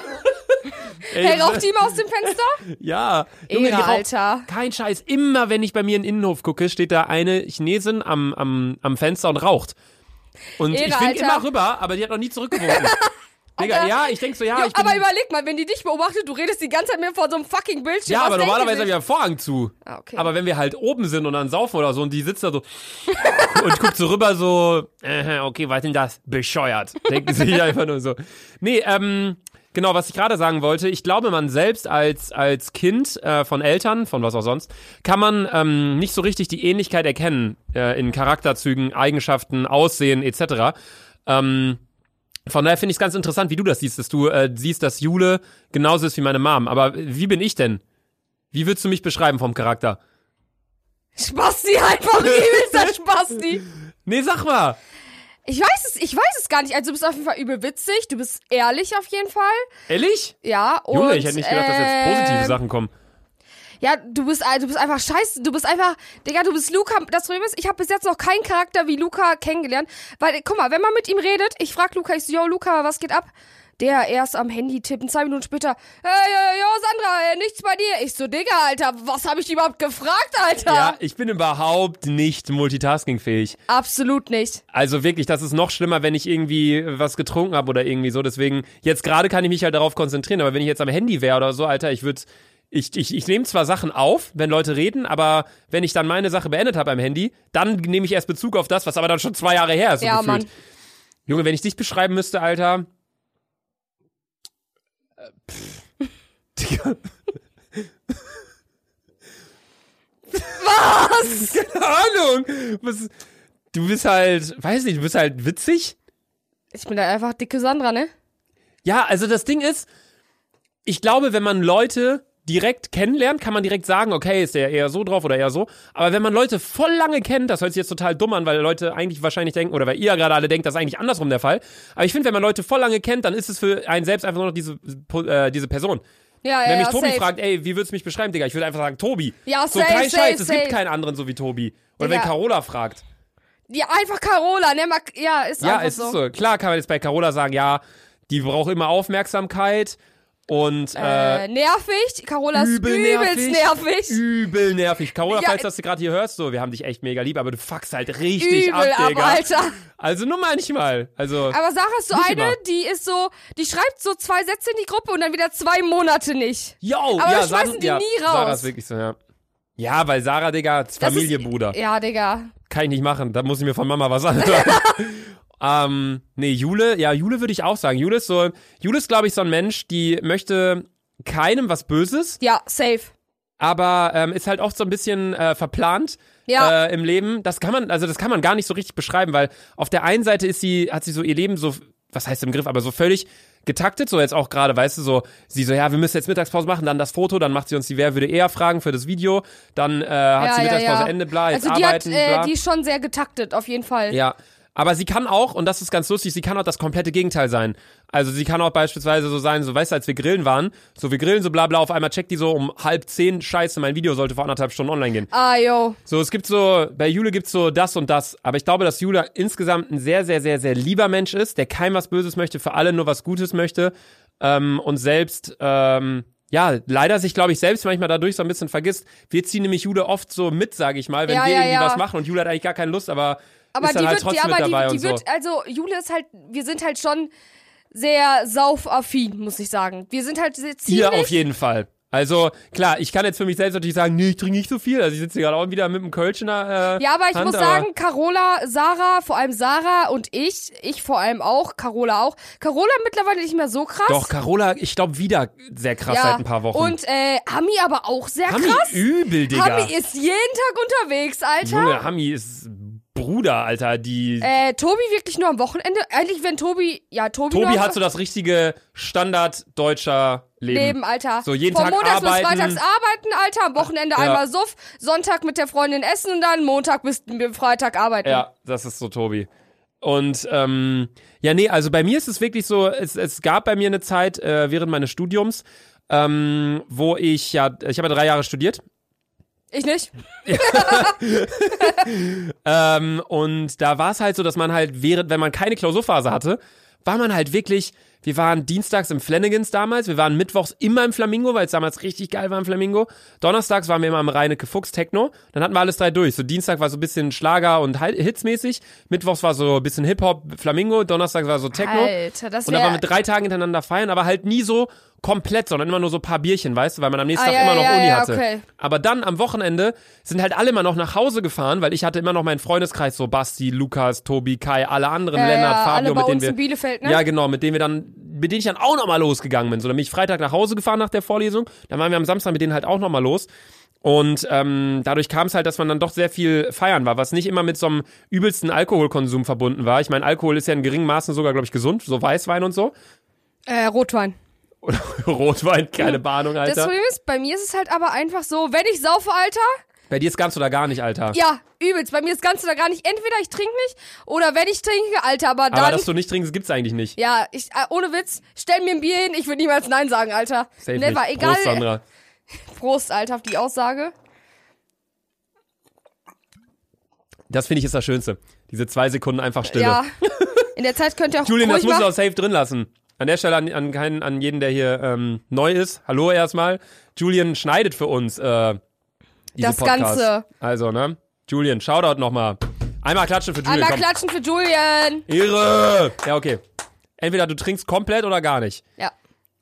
Speaker 1: Ey, ne?
Speaker 2: Hey, raucht die mal aus dem Fenster?
Speaker 1: Ja. Junge, die
Speaker 2: Ehre,
Speaker 1: raucht-
Speaker 2: Alter.
Speaker 1: Kein Scheiß. Immer wenn ich bei mir in den Innenhof gucke, steht da eine Chinesin am, am, am Fenster und raucht. Und
Speaker 2: Ehre,
Speaker 1: ich wink
Speaker 2: Alter.
Speaker 1: immer rüber, aber die hat noch nie zurückgewunken. Digga,
Speaker 2: Alter.
Speaker 1: ja, ich denk so, ja,
Speaker 2: Jo,
Speaker 1: ich bin...
Speaker 2: aber überleg mal, wenn die dich beobachtet, du redest die ganze Zeit mit mir vor so einem fucking Bildschirm.
Speaker 1: ja,
Speaker 2: Was
Speaker 1: aber
Speaker 2: denken
Speaker 1: normalerweise
Speaker 2: sie?
Speaker 1: habe ich ja einen Vorhang zu.
Speaker 2: Ah, okay.
Speaker 1: Aber wenn wir halt oben sind und dann saufen oder so und die sitzt da so und guckt so rüber so, äh, okay, was denn das? Bescheuert. Denken sich einfach nur so. Nee, ähm, genau, was ich gerade sagen wollte, ich glaube, man selbst als, als Kind äh, von Eltern, von was auch sonst, kann man ähm, nicht so richtig die Ähnlichkeit erkennen äh, in Charakterzügen, Eigenschaften, Aussehen etc. Ähm, von daher finde ich es ganz interessant, wie du das siehst, dass du äh, siehst, dass Jule genauso ist wie meine Mom. Aber wie bin ich denn? Wie würdest du mich beschreiben vom Charakter?
Speaker 2: Spasti einfach, übelster Spasti.
Speaker 1: Nee, sag mal.
Speaker 2: Ich weiß es, ich weiß es gar nicht. Also du bist auf jeden Fall übel witzig, du bist ehrlich auf jeden Fall.
Speaker 1: Ehrlich?
Speaker 2: Ja, und
Speaker 1: Junge, ich hätte nicht gedacht, dass jetzt positive
Speaker 2: ähm,
Speaker 1: Sachen kommen.
Speaker 2: Ja, du bist äh, du bist einfach scheiße, du bist einfach, Digga, du bist Luca. Das Problem ist, ich habe bis jetzt noch keinen Charakter wie Luca kennengelernt, weil guck mal, wenn man mit ihm redet, ich frag Luca, ich so, yo Luca, was geht ab? Der erst am Handy tippen, zwei Minuten später, hey, äh, yo, Sandra, äh, nichts bei dir. Ich so, Digga, Alter, was habe ich überhaupt gefragt, Alter?
Speaker 1: Ja, ich bin überhaupt nicht multitaskingfähig.
Speaker 2: Absolut nicht.
Speaker 1: Also wirklich, das ist noch schlimmer, wenn ich irgendwie was getrunken habe oder irgendwie so. Deswegen, jetzt gerade kann ich mich halt darauf konzentrieren, aber wenn ich jetzt am Handy wäre oder so, Alter, ich würde. Ich, ich, ich nehme zwar Sachen auf, wenn Leute reden, aber wenn ich dann meine Sache beendet habe am Handy, dann nehme ich erst Bezug auf das, was aber dann schon zwei Jahre her ist. So
Speaker 2: ja,
Speaker 1: gefühlt.
Speaker 2: Mann.
Speaker 1: Junge, wenn ich dich beschreiben müsste, Alter. Äh, pff. Digga.
Speaker 2: Was?
Speaker 1: Keine Ahnung. Was, du bist halt, weiß nicht, du bist halt witzig.
Speaker 2: Ich bin da einfach dicke Sandra, ne?
Speaker 1: Ja, also das Ding ist, ich glaube, wenn man Leute direkt kennenlernt, kann man direkt sagen, okay, ist der eher so drauf oder eher so. Aber wenn man Leute voll lange kennt, das hört sich jetzt total dumm an, weil Leute eigentlich wahrscheinlich denken, oder weil ihr ja gerade alle denkt, das ist eigentlich andersrum der Fall. Aber ich finde, wenn man Leute voll lange kennt, dann ist es für einen selbst einfach nur noch diese, äh, diese Person.
Speaker 2: Ja, ja,
Speaker 1: Wenn mich
Speaker 2: ja,
Speaker 1: Tobi
Speaker 2: safe.
Speaker 1: fragt, ey, wie würdest du mich beschreiben, Digga? Ich würde einfach sagen, Tobi.
Speaker 2: Ja,
Speaker 1: so
Speaker 2: safe,
Speaker 1: kein
Speaker 2: safe,
Speaker 1: Scheiß, es
Speaker 2: safe.
Speaker 1: gibt keinen anderen so wie Tobi. Oder
Speaker 2: Digga.
Speaker 1: wenn Carola fragt.
Speaker 2: Ja, einfach Carola, ne? Mag- Ja, ist
Speaker 1: Ja,
Speaker 2: einfach
Speaker 1: es
Speaker 2: so.
Speaker 1: ist so. Klar kann man jetzt bei Carola sagen, ja, die braucht immer Aufmerksamkeit und äh,
Speaker 2: Äh, nervig. Carola ist
Speaker 1: übel
Speaker 2: übelst nervig.
Speaker 1: Übel nervig. Carola,
Speaker 2: Ja,
Speaker 1: falls das du gerade hier hörst, so, wir haben dich echt mega lieb, aber du fuckst halt richtig
Speaker 2: Übel,
Speaker 1: ab,
Speaker 2: aber
Speaker 1: Digga.
Speaker 2: Alter.
Speaker 1: Also nur manchmal. Also,
Speaker 2: Aber Sarah ist so
Speaker 1: Nicht
Speaker 2: eine,
Speaker 1: immer.
Speaker 2: die ist so, die schreibt so zwei Sätze in die Gruppe und dann wieder zwei Monate nicht.
Speaker 1: yo,
Speaker 2: aber
Speaker 1: ja,
Speaker 2: wir schmeißen
Speaker 1: Sarah-
Speaker 2: die
Speaker 1: ja,
Speaker 2: nie
Speaker 1: Sarah
Speaker 2: raus.
Speaker 1: ist wirklich so, ja. Ja, weil Sarah, Digga, Familie, Bruder.
Speaker 2: Ja, Digga.
Speaker 1: Kann ich nicht machen. Da muss ich mir von Mama was anhören. ähm, nee, Jule, ja, Jule würde ich auch sagen. Jule ist so, Jule ist, glaube ich, so ein Mensch, die möchte keinem was Böses,
Speaker 2: Ja, safe.
Speaker 1: aber ähm, ist halt oft so ein bisschen äh, verplant
Speaker 2: Ja.
Speaker 1: äh, im Leben. Das kann man, also das kann man gar nicht so richtig beschreiben, weil auf der einen Seite ist sie, hat sie so ihr Leben so, was heißt im Griff, aber so völlig getaktet, so jetzt auch gerade, weißt du, so, sie so, ja, wir müssen jetzt Mittagspause machen, dann das Foto, dann macht sie uns die Wer würde eher fragen für das Video, dann äh, hat
Speaker 2: Ja,
Speaker 1: sie
Speaker 2: ja,
Speaker 1: Mittagspause
Speaker 2: ja.
Speaker 1: Ende, bla, jetzt
Speaker 2: also die
Speaker 1: arbeiten,
Speaker 2: hat, äh,
Speaker 1: bla.
Speaker 2: die ist schon sehr getaktet, auf jeden Fall.
Speaker 1: Ja. Aber sie kann auch, und das ist ganz lustig, sie kann auch das komplette Gegenteil sein. Also sie kann auch beispielsweise so sein, so weißt du, als wir grillen waren, so wir grillen so bla bla, auf einmal checkt die so um halb zehn, scheiße, mein Video sollte vor anderthalb Stunden online gehen.
Speaker 2: Ah, yo.
Speaker 1: So, es gibt so, bei Jule gibt's so das und das, aber ich glaube, dass Jule insgesamt ein sehr, sehr, sehr, sehr lieber Mensch ist, der kein was Böses möchte, für alle nur was Gutes möchte ähm, und selbst, ähm, ja, leider sich, glaube ich, selbst manchmal dadurch so ein bisschen vergisst. Wir ziehen nämlich Jule oft so mit, sage ich mal, wenn
Speaker 2: Ja,
Speaker 1: wir
Speaker 2: ja,
Speaker 1: irgendwie
Speaker 2: ja.
Speaker 1: was machen und Jule hat eigentlich gar keine Lust, aber,
Speaker 2: Aber
Speaker 1: ist dann
Speaker 2: die
Speaker 1: halt
Speaker 2: wird,
Speaker 1: trotzdem
Speaker 2: ja, aber
Speaker 1: mit dabei
Speaker 2: die, die
Speaker 1: und
Speaker 2: wird,
Speaker 1: so.
Speaker 2: also Jule ist halt, wir sind halt schon sehr saufaffin, muss ich sagen. Wir sind halt sehr ziemlich.
Speaker 1: Hier auf jeden Fall. Also klar, ich kann jetzt für mich selbst natürlich sagen, nee, ich trinke nicht so viel. Also ich sitze hier gerade auch wieder mit einem Kölschner. Äh,
Speaker 2: Ja, aber ich
Speaker 1: Hand,
Speaker 2: muss sagen, Carola, Sarah, vor allem Sarah und ich, ich vor allem auch, Carola auch. Carola mittlerweile nicht mehr so krass.
Speaker 1: Doch, Carola, ich glaube wieder sehr krass
Speaker 2: ja.
Speaker 1: seit ein paar Wochen.
Speaker 2: Und äh, Hami aber auch sehr
Speaker 1: Hami
Speaker 2: krass.
Speaker 1: übel, Digga.
Speaker 2: Hami ist jeden Tag unterwegs, Alter.
Speaker 1: Junge, Hami ist Bruder, Alter. Die
Speaker 2: Äh, Tobi wirklich nur am Wochenende. Eigentlich, wenn Tobi, ja, Tobi, nur
Speaker 1: Tobi
Speaker 2: am
Speaker 1: hat so das richtige Standarddeutscher Leben.
Speaker 2: Leben, Alter.
Speaker 1: So, jeden
Speaker 2: Von
Speaker 1: Tag
Speaker 2: Montags
Speaker 1: arbeiten.
Speaker 2: bis Freitags arbeiten, Alter. Am Wochenende
Speaker 1: Ja.
Speaker 2: einmal Suff, Sonntag mit der Freundin essen und dann Montag bis Freitag arbeiten.
Speaker 1: Ja, das ist so Tobi. Und ähm, ja, nee, also bei mir ist es wirklich so, es, es gab bei mir eine Zeit äh, während meines Studiums, ähm, wo ich ja, ich habe ja drei Jahre studiert
Speaker 2: Ich nicht?
Speaker 1: Ähm, und da war es halt so, dass man halt, während, wenn man keine Klausurphase hatte, war man halt wirklich, wir waren dienstags im Flanagans damals, wir waren mittwochs immer im Flamingo, weil es damals richtig geil war im Flamingo. Donnerstags waren wir immer im Reinecke Fuchs Techno, dann hatten wir alles drei durch. So Dienstag war so ein bisschen Schlager und Hi- Hitsmäßig, mittwochs war so ein bisschen Hip-Hop, Flamingo, donnerstags war so Techno.
Speaker 2: Alter, das
Speaker 1: Und dann waren
Speaker 2: wäre...
Speaker 1: wir drei Tage hintereinander feiern, aber halt nie so komplett, sondern immer nur so ein paar Bierchen, weißt du, weil man am nächsten
Speaker 2: Ah,
Speaker 1: Tag
Speaker 2: ja,
Speaker 1: immer noch
Speaker 2: ja,
Speaker 1: Uni
Speaker 2: ja,
Speaker 1: hatte.
Speaker 2: okay.
Speaker 1: Aber dann am Wochenende sind halt alle immer noch nach Hause gefahren, weil ich hatte immer noch meinen Freundeskreis, so Basti, Lukas, Tobi, Kai, alle anderen,
Speaker 2: Ja,
Speaker 1: Lennart,
Speaker 2: ja, äh, alle
Speaker 1: Fabio,
Speaker 2: bei
Speaker 1: mit denen
Speaker 2: uns
Speaker 1: wir.
Speaker 2: in Bielefeld, ne?
Speaker 1: Ja, genau, mit denen wir dann, mit denen ich dann auch nochmal losgegangen bin. So, dann bin ich Freitag nach Hause gefahren nach der Vorlesung, dann waren wir am Samstag mit denen halt auch nochmal los. Und ähm, dadurch kam es halt, dass man dann doch sehr viel feiern war, was nicht immer mit so einem übelsten Alkoholkonsum verbunden war. Ich meine, Alkohol ist ja in geringem Maßen sogar, glaube ich, gesund, so Weißwein und so.
Speaker 2: Äh, Rotwein.
Speaker 1: Oder Rotwein, keine Bahnung,
Speaker 2: Hm. Das
Speaker 1: Alter.
Speaker 2: Problem ist, bei mir ist es halt aber einfach so, wenn ich saufe, Alter,
Speaker 1: Bei dir ist ganz oder gar nicht, Alter.
Speaker 2: ja, übelst. Bei mir ist das Ganze da gar nicht. Entweder ich trinke nicht oder wenn ich trinke, Alter, aber dann...
Speaker 1: Aber dass du nicht trinkst, gibt's eigentlich nicht.
Speaker 2: ja, ich, äh, ohne Witz, stell mir ein Bier hin, ich würde niemals Nein sagen, Alter.
Speaker 1: Safe
Speaker 2: Never,
Speaker 1: nicht.
Speaker 2: egal.
Speaker 1: Prost, Sandra.
Speaker 2: Prost, Alter, auf die Aussage.
Speaker 1: Das finde ich ist das Schönste. Diese zwei Sekunden einfach Stille.
Speaker 2: Ja. In der Zeit könnt ihr auch
Speaker 1: Julian, das
Speaker 2: ruhig
Speaker 1: musst
Speaker 2: machen.
Speaker 1: du auch safe drin lassen. An der Stelle an, an, keinen, an jeden, der hier ähm, neu ist. Hallo erstmal. Julian schneidet für uns äh, diese
Speaker 2: Das
Speaker 1: Podcast.
Speaker 2: Ganze.
Speaker 1: Also, ne? Julian, Shoutout nochmal. Einmal klatschen für Julian.
Speaker 2: Einmal
Speaker 1: komm.
Speaker 2: klatschen für Julian.
Speaker 1: Irre! Ja, okay. Entweder du trinkst komplett oder gar nicht.
Speaker 2: Ja.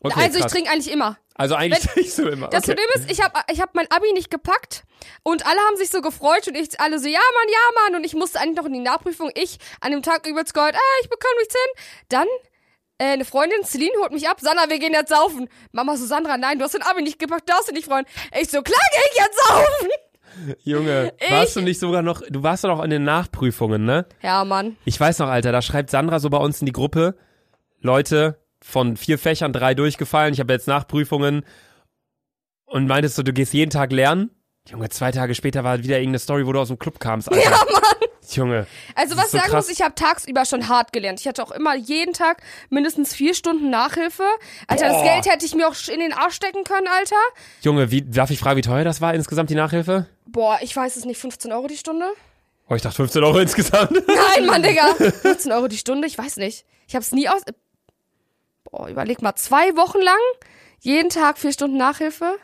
Speaker 1: Okay,
Speaker 2: also ich
Speaker 1: krass.
Speaker 2: trinke eigentlich immer.
Speaker 1: Also eigentlich trinkst du immer.
Speaker 2: Das
Speaker 1: okay.
Speaker 2: Problem ist, ich habe ich hab mein Abi nicht gepackt und alle haben sich so gefreut und ich alle so, ja Mann, ja Mann. Und ich musste eigentlich noch in die Nachprüfung, ich an dem Tag übelst geheult, ah, ich bekomme nichts hin. Dann äh, eine Freundin, Celine, holt mich ab. Sandra, wir gehen jetzt saufen. Mama so, Sandra, nein, du hast dein Abi nicht gepackt, darfst du nicht freuen. Ich so, klar geh ich jetzt saufen.
Speaker 1: Junge, warst du nicht sogar noch, du warst doch noch in den Nachprüfungen, ne?
Speaker 2: Ja, Mann.
Speaker 1: Ich weiß noch, Alter, da schreibt Sandra so bei uns in die Gruppe, Leute, von vier Fächern drei durchgefallen, ich habe jetzt Nachprüfungen. und meintest so, du gehst jeden Tag lernen. Junge, zwei Tage später war wieder irgendeine Story, wo du aus dem Club kamst, Alter.
Speaker 2: Ja, Mann.
Speaker 1: Junge.
Speaker 2: Also
Speaker 1: Das ist
Speaker 2: was ich
Speaker 1: so
Speaker 2: sagen
Speaker 1: krass.
Speaker 2: muss, ich habe tagsüber schon hart gelernt. Ich hatte auch immer jeden Tag mindestens vier Stunden Nachhilfe. Alter,
Speaker 1: Boah.
Speaker 2: das Geld hätte ich mir auch sch- in den Arsch stecken können, Alter.
Speaker 1: Junge, wie, darf ich fragen, wie teuer das war insgesamt, die Nachhilfe?
Speaker 2: Boah, ich weiß es nicht, 15 Euro die Stunde?
Speaker 1: Oh, ich dachte 15 Euro insgesamt.
Speaker 2: Nein, Mann, Digga. 15 Euro die Stunde, ich weiß nicht. Ich hab's nie aus... Boah, überleg mal, zwei Wochen lang, jeden Tag vier Stunden Nachhilfe.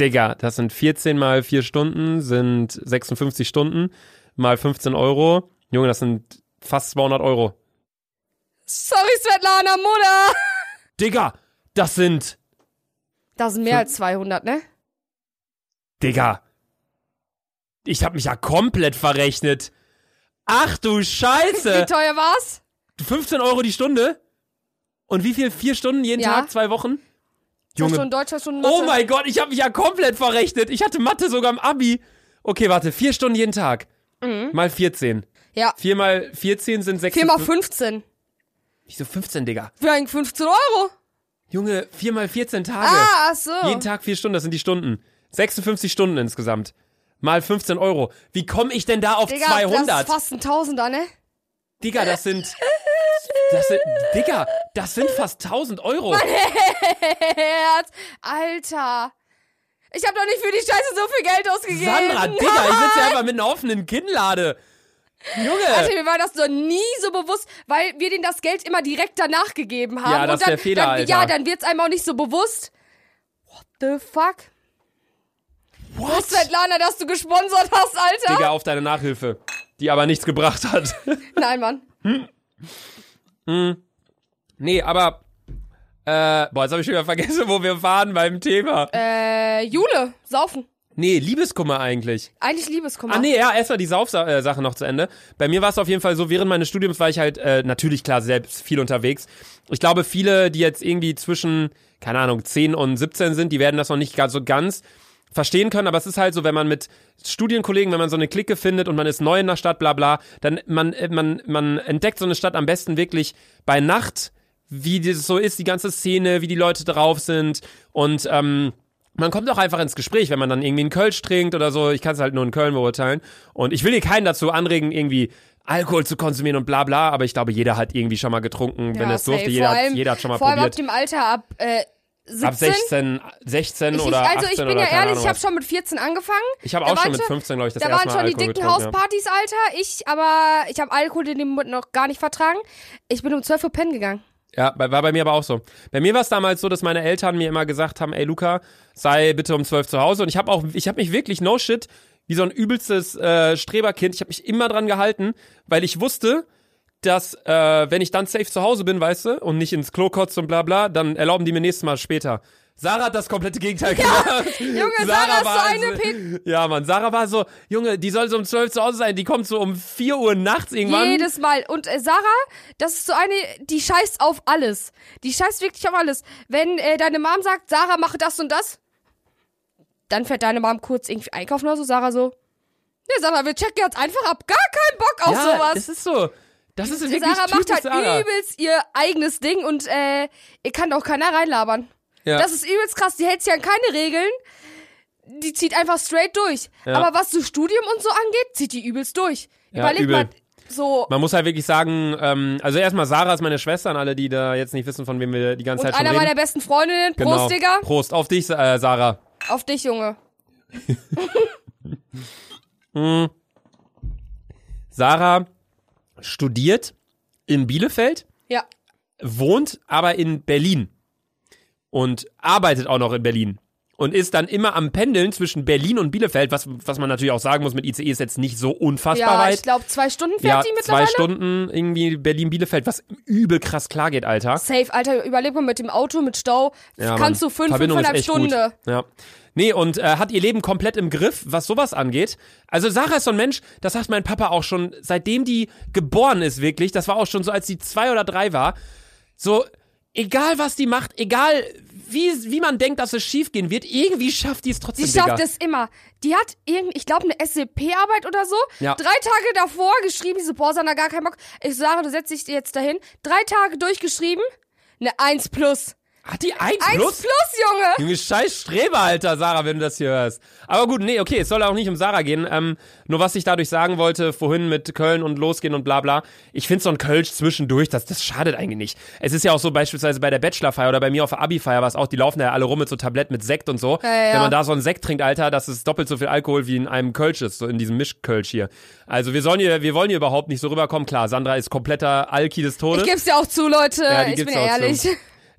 Speaker 1: Digga, das sind 14 mal 4 Stunden, sind 56 Stunden, mal 15 Euro. Junge, das sind fast 200 Euro.
Speaker 2: Sorry, Svetlana, Mutter.
Speaker 1: Digga, das sind,
Speaker 2: Das sind mehr als 200, ne?
Speaker 1: Digga. Ich hab mich ja komplett verrechnet. Ach du
Speaker 2: Wie
Speaker 1: Scheiße.
Speaker 2: teuer war's?
Speaker 1: 15 Euro die Stunde? Und wie viel? Vier Stunden jeden
Speaker 2: Ja.
Speaker 1: Tag? Zwei Wochen?
Speaker 2: Zwei
Speaker 1: Junge.
Speaker 2: Stunden Deutsch, zwei Stunden
Speaker 1: Oh
Speaker 2: Mathe.
Speaker 1: mein Gott, ich habe mich ja komplett verrechnet. Ich hatte Mathe sogar im Abi. Okay, warte, vier Stunden jeden Tag. Mal 14.
Speaker 2: Ja,
Speaker 1: Vier mal 14 sind 6.
Speaker 2: Mhm. vier mal 15.
Speaker 1: Wieso 15, Digga?
Speaker 2: Für einen 15 Euro.
Speaker 1: Junge, vier mal 14 Tage.
Speaker 2: Ah, ach so.
Speaker 1: Jeden Tag vier Stunden, das sind die Stunden. 56 Stunden insgesamt. Mal 15 Euro. Wie komme ich denn da auf
Speaker 2: Digga,
Speaker 1: 200?
Speaker 2: das ist fast ein Tausender, ne?
Speaker 1: Digga, das sind. Das sind. Digga, das sind fast 1000 Euro.
Speaker 2: Herz. Alter. Ich habe doch nicht für die Scheiße so viel Geld ausgegeben.
Speaker 1: Sandra, Digga, ich sitze ja einfach mit einer offenen Kinnlade.
Speaker 2: Alter,
Speaker 1: Junge!
Speaker 2: Also, mir war das noch nie so bewusst, weil wir denen das Geld immer direkt danach gegeben haben.
Speaker 1: Ja, das
Speaker 2: Und
Speaker 1: ist
Speaker 2: dann,
Speaker 1: der Fehler,
Speaker 2: dann,
Speaker 1: Alter.
Speaker 2: Ja, dann wird's einem auch nicht so bewusst. What the fuck?
Speaker 1: What?
Speaker 2: Svetlana, dass du gesponsert hast, Alter.
Speaker 1: Digga, auf deine Nachhilfe, die aber nichts gebracht hat.
Speaker 2: Nein, Mann.
Speaker 1: Nee, aber. Äh, boah, jetzt habe ich schon wieder vergessen, wo wir waren beim Thema.
Speaker 2: Äh, Jule, saufen.
Speaker 1: Nee, Liebeskummer eigentlich.
Speaker 2: Eigentlich Liebeskummer.
Speaker 1: Ah nee, ja, erstmal die Saufsache noch zu Ende. Bei mir war es auf jeden Fall so, während meines Studiums war ich halt äh, natürlich klar selbst viel unterwegs. Ich glaube, viele, die jetzt irgendwie zwischen, keine Ahnung, 10 und 17 sind, die werden das noch nicht gar so ganz verstehen können, aber es ist halt so, wenn man mit Studienkollegen, wenn man so eine Clique findet und man ist neu in der Stadt, bla bla, dann man, äh, man, man entdeckt so eine Stadt am besten wirklich bei Nacht, wie das so ist, die ganze Szene, wie die Leute drauf sind und ähm, man kommt auch einfach ins Gespräch, wenn man dann irgendwie einen Kölsch trinkt oder so. Ich kann es halt nur in Köln beurteilen. Und ich will hier keinen dazu anregen, irgendwie Alkohol zu konsumieren und bla bla, aber ich glaube, jeder hat irgendwie schon mal getrunken, wenn
Speaker 2: Ja,
Speaker 1: er es durfte.
Speaker 2: safe.
Speaker 1: Jeder,
Speaker 2: vor
Speaker 1: hat-
Speaker 2: allem,
Speaker 1: jeder hat schon mal
Speaker 2: vor allem ab
Speaker 1: probiert.
Speaker 2: dem Alter ab äh, 17.
Speaker 1: Ab 16, 16
Speaker 2: ich, ich,
Speaker 1: oder
Speaker 2: also
Speaker 1: 18
Speaker 2: ich bin
Speaker 1: oder
Speaker 2: ja
Speaker 1: keine
Speaker 2: ehrlich,
Speaker 1: Ahnung
Speaker 2: ich habe
Speaker 1: was.
Speaker 2: schon mit 14 angefangen.
Speaker 1: Ich habe
Speaker 2: da
Speaker 1: auch schon
Speaker 2: waren
Speaker 1: mit
Speaker 2: schon-
Speaker 1: 15, glaube ich, das
Speaker 2: Da
Speaker 1: erste
Speaker 2: waren
Speaker 1: Mal
Speaker 2: schon die
Speaker 1: Alkohol
Speaker 2: dicken
Speaker 1: getrunken. ja.
Speaker 2: Hauspartys, Alter. Ich, aber ich habe Alkohol in dem Mund noch gar nicht vertragen. Ich bin um 12 Uhr pennen gegangen.
Speaker 1: Ja, bei- war bei mir aber auch so. Bei mir war es damals so, dass meine Eltern mir immer gesagt haben, ey Luca, sei bitte um zwölf zu Hause. Und ich habe auch, ich habe mich wirklich no shit wie so ein übelstes äh, Streberkind. Ich habe mich immer dran gehalten, weil ich wusste, dass äh, wenn ich dann safe zu Hause bin, weißt du, und nicht ins Klo kotze und bla bla, dann erlauben die mir nächstes Mal später. Sarah hat das komplette Gegenteil gemacht.
Speaker 2: Junge, Sarah ist so eine
Speaker 1: Pin. Ja, Mann, Sarah war so, Junge, die soll so um zwölf zu Hause sein, die kommt so um vier Uhr nachts irgendwann.
Speaker 2: Jedes Mal. Und äh, Sarah, das ist so eine, die scheißt auf alles. Die scheißt wirklich auf alles. Wenn äh, deine Mom sagt, Sarah, mache das und das, dann fährt deine Mom kurz irgendwie einkaufen oder so. Sarah so, ja, Sarah, wir checken jetzt einfach ab. Gar keinen Bock auf
Speaker 1: ja,
Speaker 2: sowas.
Speaker 1: Das ist so. Das ist wirklich
Speaker 2: Sarah macht
Speaker 1: typisch
Speaker 2: halt
Speaker 1: Sarah.
Speaker 2: übelst ihr eigenes Ding und äh, ihr kann auch keiner reinlabern.
Speaker 1: Ja.
Speaker 2: Das ist übelst krass. Die hält sich an keine Regeln. Die zieht einfach straight durch.
Speaker 1: Ja.
Speaker 2: Aber was so Studium und so angeht, zieht die übelst durch.
Speaker 1: Ja,
Speaker 2: Überleg
Speaker 1: übel.
Speaker 2: mal, so.
Speaker 1: Man muss halt wirklich sagen, ähm, also erstmal Sarah ist meine Schwester und alle, die da jetzt nicht wissen, von wem wir die ganze
Speaker 2: und
Speaker 1: Zeit halt schon
Speaker 2: einer meiner
Speaker 1: reden. Genau.
Speaker 2: besten Freundinnen, Prost, Digga.
Speaker 1: Prost auf dich, äh, Sarah.
Speaker 2: Auf dich, Junge.
Speaker 1: Sarah studiert in Bielefeld,
Speaker 2: Ja.
Speaker 1: wohnt aber in Berlin und arbeitet auch noch in Berlin. Und ist dann immer am Pendeln zwischen Berlin und Bielefeld, was, was man natürlich auch sagen muss, mit ICE ist jetzt nicht so unfassbar
Speaker 2: Ja,
Speaker 1: weit.
Speaker 2: ich glaube, zwei Stunden fährt
Speaker 1: ja,
Speaker 2: die
Speaker 1: zwei
Speaker 2: mittlerweile.
Speaker 1: Stunden irgendwie Berlin-Bielefeld, was übel krass klar geht, Alter.
Speaker 2: Safe, Alter, überleg mal mit dem Auto, mit Stau.
Speaker 1: Ja,
Speaker 2: kannst
Speaker 1: Mann.
Speaker 2: du fünf,
Speaker 1: Verbindung ist
Speaker 2: fünfeinhalb
Speaker 1: echt
Speaker 2: Stunde.
Speaker 1: Gut. Ja. Nee, und äh, hat ihr Leben komplett im Griff, was sowas angeht. Also Sarah ist so ein Mensch, das sagt mein Papa auch schon, seitdem die geboren ist, wirklich, das war auch schon so, als sie zwei oder drei war, so, egal was die macht, egal wie, wie man denkt, dass es schief gehen wird, irgendwie schafft die es trotzdem.
Speaker 2: Die schafft
Speaker 1: Digga.
Speaker 2: es immer. Die hat irgend, ich glaube, eine SCP-Arbeit oder so.
Speaker 1: Ja.
Speaker 2: Drei Tage davor geschrieben, diese Boah, Sandra, gar keinen Bock. Ich sage, du setzt dich jetzt dahin. Drei Tage durchgeschrieben, eine 1 plus.
Speaker 1: Hat die 1
Speaker 2: Eins
Speaker 1: plus?
Speaker 2: plus, Junge.
Speaker 1: Junge, scheiß Streber, Alter, Sarah, wenn du das hier hörst. Aber gut, nee, okay, es soll auch nicht um Sarah gehen. Ähm, nur was ich dadurch sagen wollte, vorhin mit Köln und losgehen und bla bla. Ich finde so ein Kölsch zwischendurch, das, das schadet eigentlich nicht. Es ist ja auch so beispielsweise bei der Bachelorfeier oder bei mir auf der Abi-Feier, was auch, die laufen da ja alle rum mit so Tablett mit Sekt und so.
Speaker 2: Ja, ja.
Speaker 1: Wenn man da so einen Sekt trinkt, Alter, das ist doppelt so viel Alkohol wie in einem Kölsch ist, so in diesem Mischkölsch hier. Also wir sollen hier, wir wollen hier überhaupt nicht so rüberkommen. Klar, Sandra ist kompletter Alki des Todes.
Speaker 2: Ich geb's dir auch zu, Leute.
Speaker 1: Ja, die
Speaker 2: ich
Speaker 1: gibt's
Speaker 2: bin
Speaker 1: auch zu.
Speaker 2: ehrlich.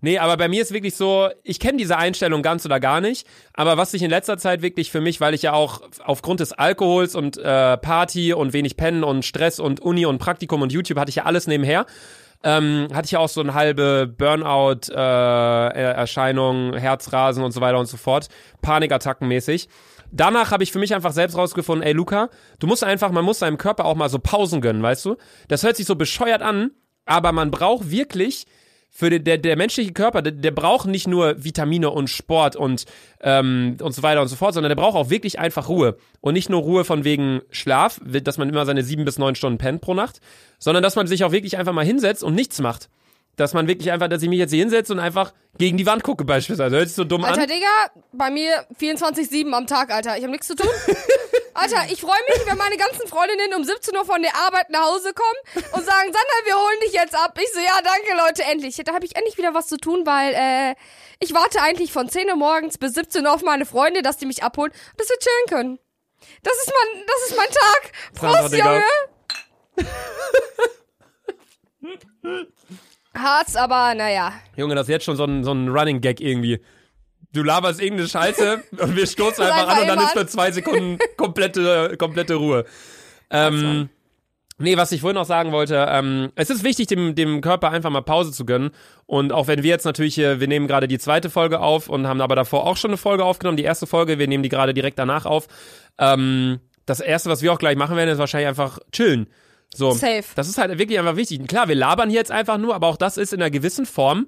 Speaker 1: Nee, aber bei mir ist wirklich so, ich kenne diese Einstellung ganz oder gar nicht. Aber was sich in letzter Zeit wirklich für mich, weil ich ja auch aufgrund des Alkohols und äh, Party und wenig Pennen und Stress und Uni und Praktikum und YouTube hatte ich ja alles nebenher. Ähm, hatte ich ja auch so eine halbe Burnout-Erscheinung, Herzrasen und so weiter und so fort. Panikattacken mäßig. Danach habe ich für mich einfach selbst rausgefunden, ey Luca, du musst einfach, man muss seinem Körper auch mal so Pausen gönnen, weißt du? Das hört sich so bescheuert an, aber man braucht wirklich für den, der, der menschliche Körper, der, der braucht nicht nur Vitamine und Sport und, ähm, und so weiter und so fort, sondern der braucht auch wirklich einfach Ruhe. Und nicht nur Ruhe von wegen Schlaf, dass man immer seine sieben bis neun Stunden pennt pro Nacht, sondern dass man sich auch wirklich einfach mal hinsetzt und nichts macht. Dass man wirklich einfach, dass ich mich jetzt hier hinsetze und einfach gegen die Wand gucke beispielsweise. Hört sich so dumm
Speaker 2: Alter,
Speaker 1: an.
Speaker 2: Digga, bei mir 24-7 am Tag, Alter. Ich habe nichts zu tun. Alter, ich freue mich, wenn meine ganzen Freundinnen um 17 Uhr von der Arbeit nach Hause kommen und sagen, Sandra, wir holen dich jetzt ab. Ich so, ja, danke, Leute, endlich. Da habe ich endlich wieder was zu tun, weil äh, ich warte eigentlich von 10 Uhr morgens bis 17 Uhr auf meine Freunde, dass die mich abholen, dass wir chillen können. Das ist mein, das ist mein Tag.
Speaker 1: Sandra,
Speaker 2: Prost,
Speaker 1: Digga.
Speaker 2: Junge. Harz, aber naja.
Speaker 1: Junge, das ist jetzt schon so ein, so ein Running Gag irgendwie. Du laberst irgendeine Scheiße und wir stoßen
Speaker 2: Das
Speaker 1: einfach
Speaker 2: einfach
Speaker 1: an und dann
Speaker 2: immer
Speaker 1: ist
Speaker 2: an.
Speaker 1: für zwei Sekunden komplette, komplette Ruhe. Ähm, nee, was ich vorhin noch sagen wollte, ähm, es ist wichtig, dem, dem Körper einfach mal Pause zu gönnen. Und auch wenn wir jetzt natürlich hier, wir nehmen gerade die zweite Folge auf und haben aber davor auch schon eine Folge aufgenommen, die erste Folge, wir nehmen die gerade direkt danach auf. Ähm, das erste, was wir auch gleich machen werden, ist wahrscheinlich einfach chillen. So.
Speaker 2: Safe.
Speaker 1: Das ist halt wirklich einfach wichtig. Klar, wir labern hier jetzt einfach nur, aber auch das ist in einer gewissen Form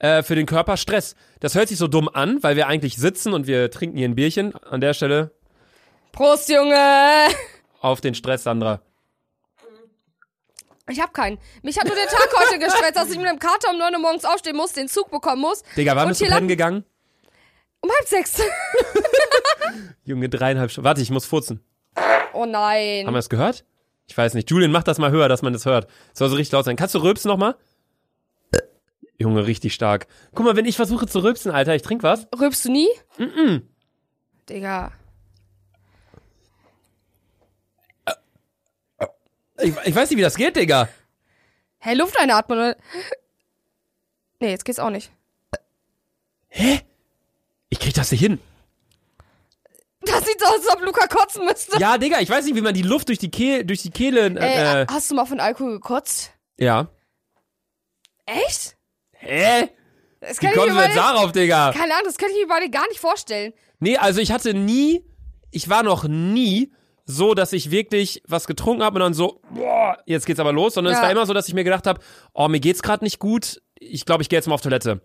Speaker 1: äh, für den Körper Stress. Das hört sich so dumm an, weil wir eigentlich sitzen und wir trinken hier ein Bierchen. An der Stelle
Speaker 2: Prost, Junge.
Speaker 1: auf den Stress, Sandra.
Speaker 2: Ich hab keinen. Mich hat nur der Tag heute gestresst, dass ich mit einem Kater um 9 Uhr morgens aufstehen muss, den Zug bekommen muss.
Speaker 1: Digga, wann
Speaker 2: Und
Speaker 1: bist du
Speaker 2: hier
Speaker 1: pennen
Speaker 2: lang-
Speaker 1: gegangen?
Speaker 2: Um halb sechs.
Speaker 1: Junge, dreieinhalb Stunden. Warte, ich muss furzen.
Speaker 2: Oh nein.
Speaker 1: Haben wir das gehört? Ich weiß nicht. Julian, mach das mal höher, dass man das hört. Soll so richtig laut sein. Kannst du rülpsen nochmal? Junge, richtig stark. Guck mal, wenn ich versuche zu rülpsen, Alter, ich trink was.
Speaker 2: Rülpst du nie? Mhm. Digga.
Speaker 1: Ich, ich weiß nicht, wie das geht, Digga.
Speaker 2: Hey, Luft einatmen. oder? Nee, jetzt geht's auch nicht.
Speaker 1: Ich krieg das nicht hin.
Speaker 2: Das sieht so aus, als ob Luca kotzen müsste.
Speaker 1: Ja, Digga, ich weiß nicht, wie man die Luft durch die, Kehl, durch die Kehle...
Speaker 2: Ey,
Speaker 1: Äh, äh,
Speaker 2: hast du mal von Alkohol gekotzt?
Speaker 1: ja.
Speaker 2: Echt?
Speaker 1: Hä?
Speaker 2: Das
Speaker 1: Wie
Speaker 2: kann
Speaker 1: kommst
Speaker 2: ich mir
Speaker 1: du jetzt
Speaker 2: beide,
Speaker 1: darauf, Digga?
Speaker 2: keine Ahnung, das kann ich mir beide gar nicht vorstellen.
Speaker 1: Nee, also ich hatte nie, ich war noch nie so, dass ich wirklich was getrunken habe und dann so, boah, jetzt geht's aber los, sondern es
Speaker 2: Ja.
Speaker 1: war immer so, dass ich mir gedacht habe, oh, mir geht's gerade nicht gut, ich glaube, ich gehe jetzt mal auf Toilette.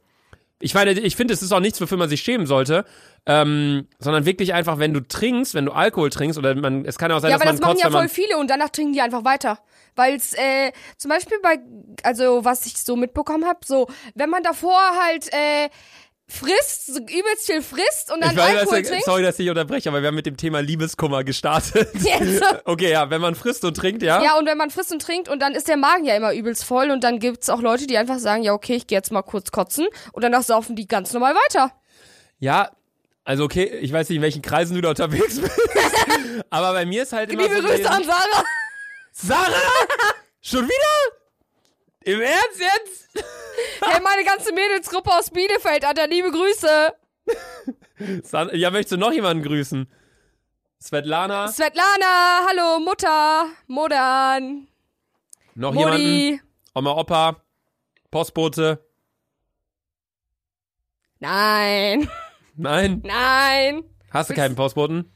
Speaker 1: Ich meine, ich finde, es ist auch nichts, wofür man sich schämen sollte, ähm, sondern wirklich einfach, wenn du trinkst, wenn du Alkohol trinkst, oder man, es kann ja auch sein,
Speaker 2: Ja,
Speaker 1: dass
Speaker 2: aber
Speaker 1: man
Speaker 2: das machen
Speaker 1: kotzt,
Speaker 2: ja
Speaker 1: wenn man,
Speaker 2: voll viele und danach trinken die einfach weiter. Weil es, äh, zum Beispiel bei, also was ich so mitbekommen habe, so, wenn man davor halt, äh, frisst, so übelst viel frisst und dann
Speaker 1: ich weiß,
Speaker 2: Alkohol
Speaker 1: dass-
Speaker 2: trinkt. Also
Speaker 1: sorry, dass ich unterbreche, aber wir haben mit dem Thema Liebeskummer gestartet.
Speaker 2: Jetzt.
Speaker 1: Okay, ja, wenn man frisst und trinkt, ja.
Speaker 2: Ja, und wenn man frisst und trinkt und dann ist der Magen ja immer übelst voll und dann gibt's auch Leute, die einfach sagen, ja, okay, ich gehe jetzt mal kurz kotzen und danach saufen die ganz normal weiter.
Speaker 1: Ja, also okay, ich weiß nicht, in welchen Kreisen du da unterwegs bist. aber bei mir ist halt immer
Speaker 2: Liebe
Speaker 1: so
Speaker 2: Grüße
Speaker 1: gewesen-
Speaker 2: an Sarah.
Speaker 1: Sarah! Schon wieder? Im Ernst jetzt?
Speaker 2: Hey, meine ganze Mädelsgruppe aus Bielefeld, Alter, liebe Grüße.
Speaker 1: San ja, möchtest du noch jemanden grüßen? Svetlana?
Speaker 2: Svetlana, hallo, Mutter, Modern,
Speaker 1: Noch jemanden?
Speaker 2: Modi.
Speaker 1: Oma Opa? Postbote?
Speaker 2: Nein,
Speaker 1: Nein?
Speaker 2: nein.
Speaker 1: Hast du keinen Postboten?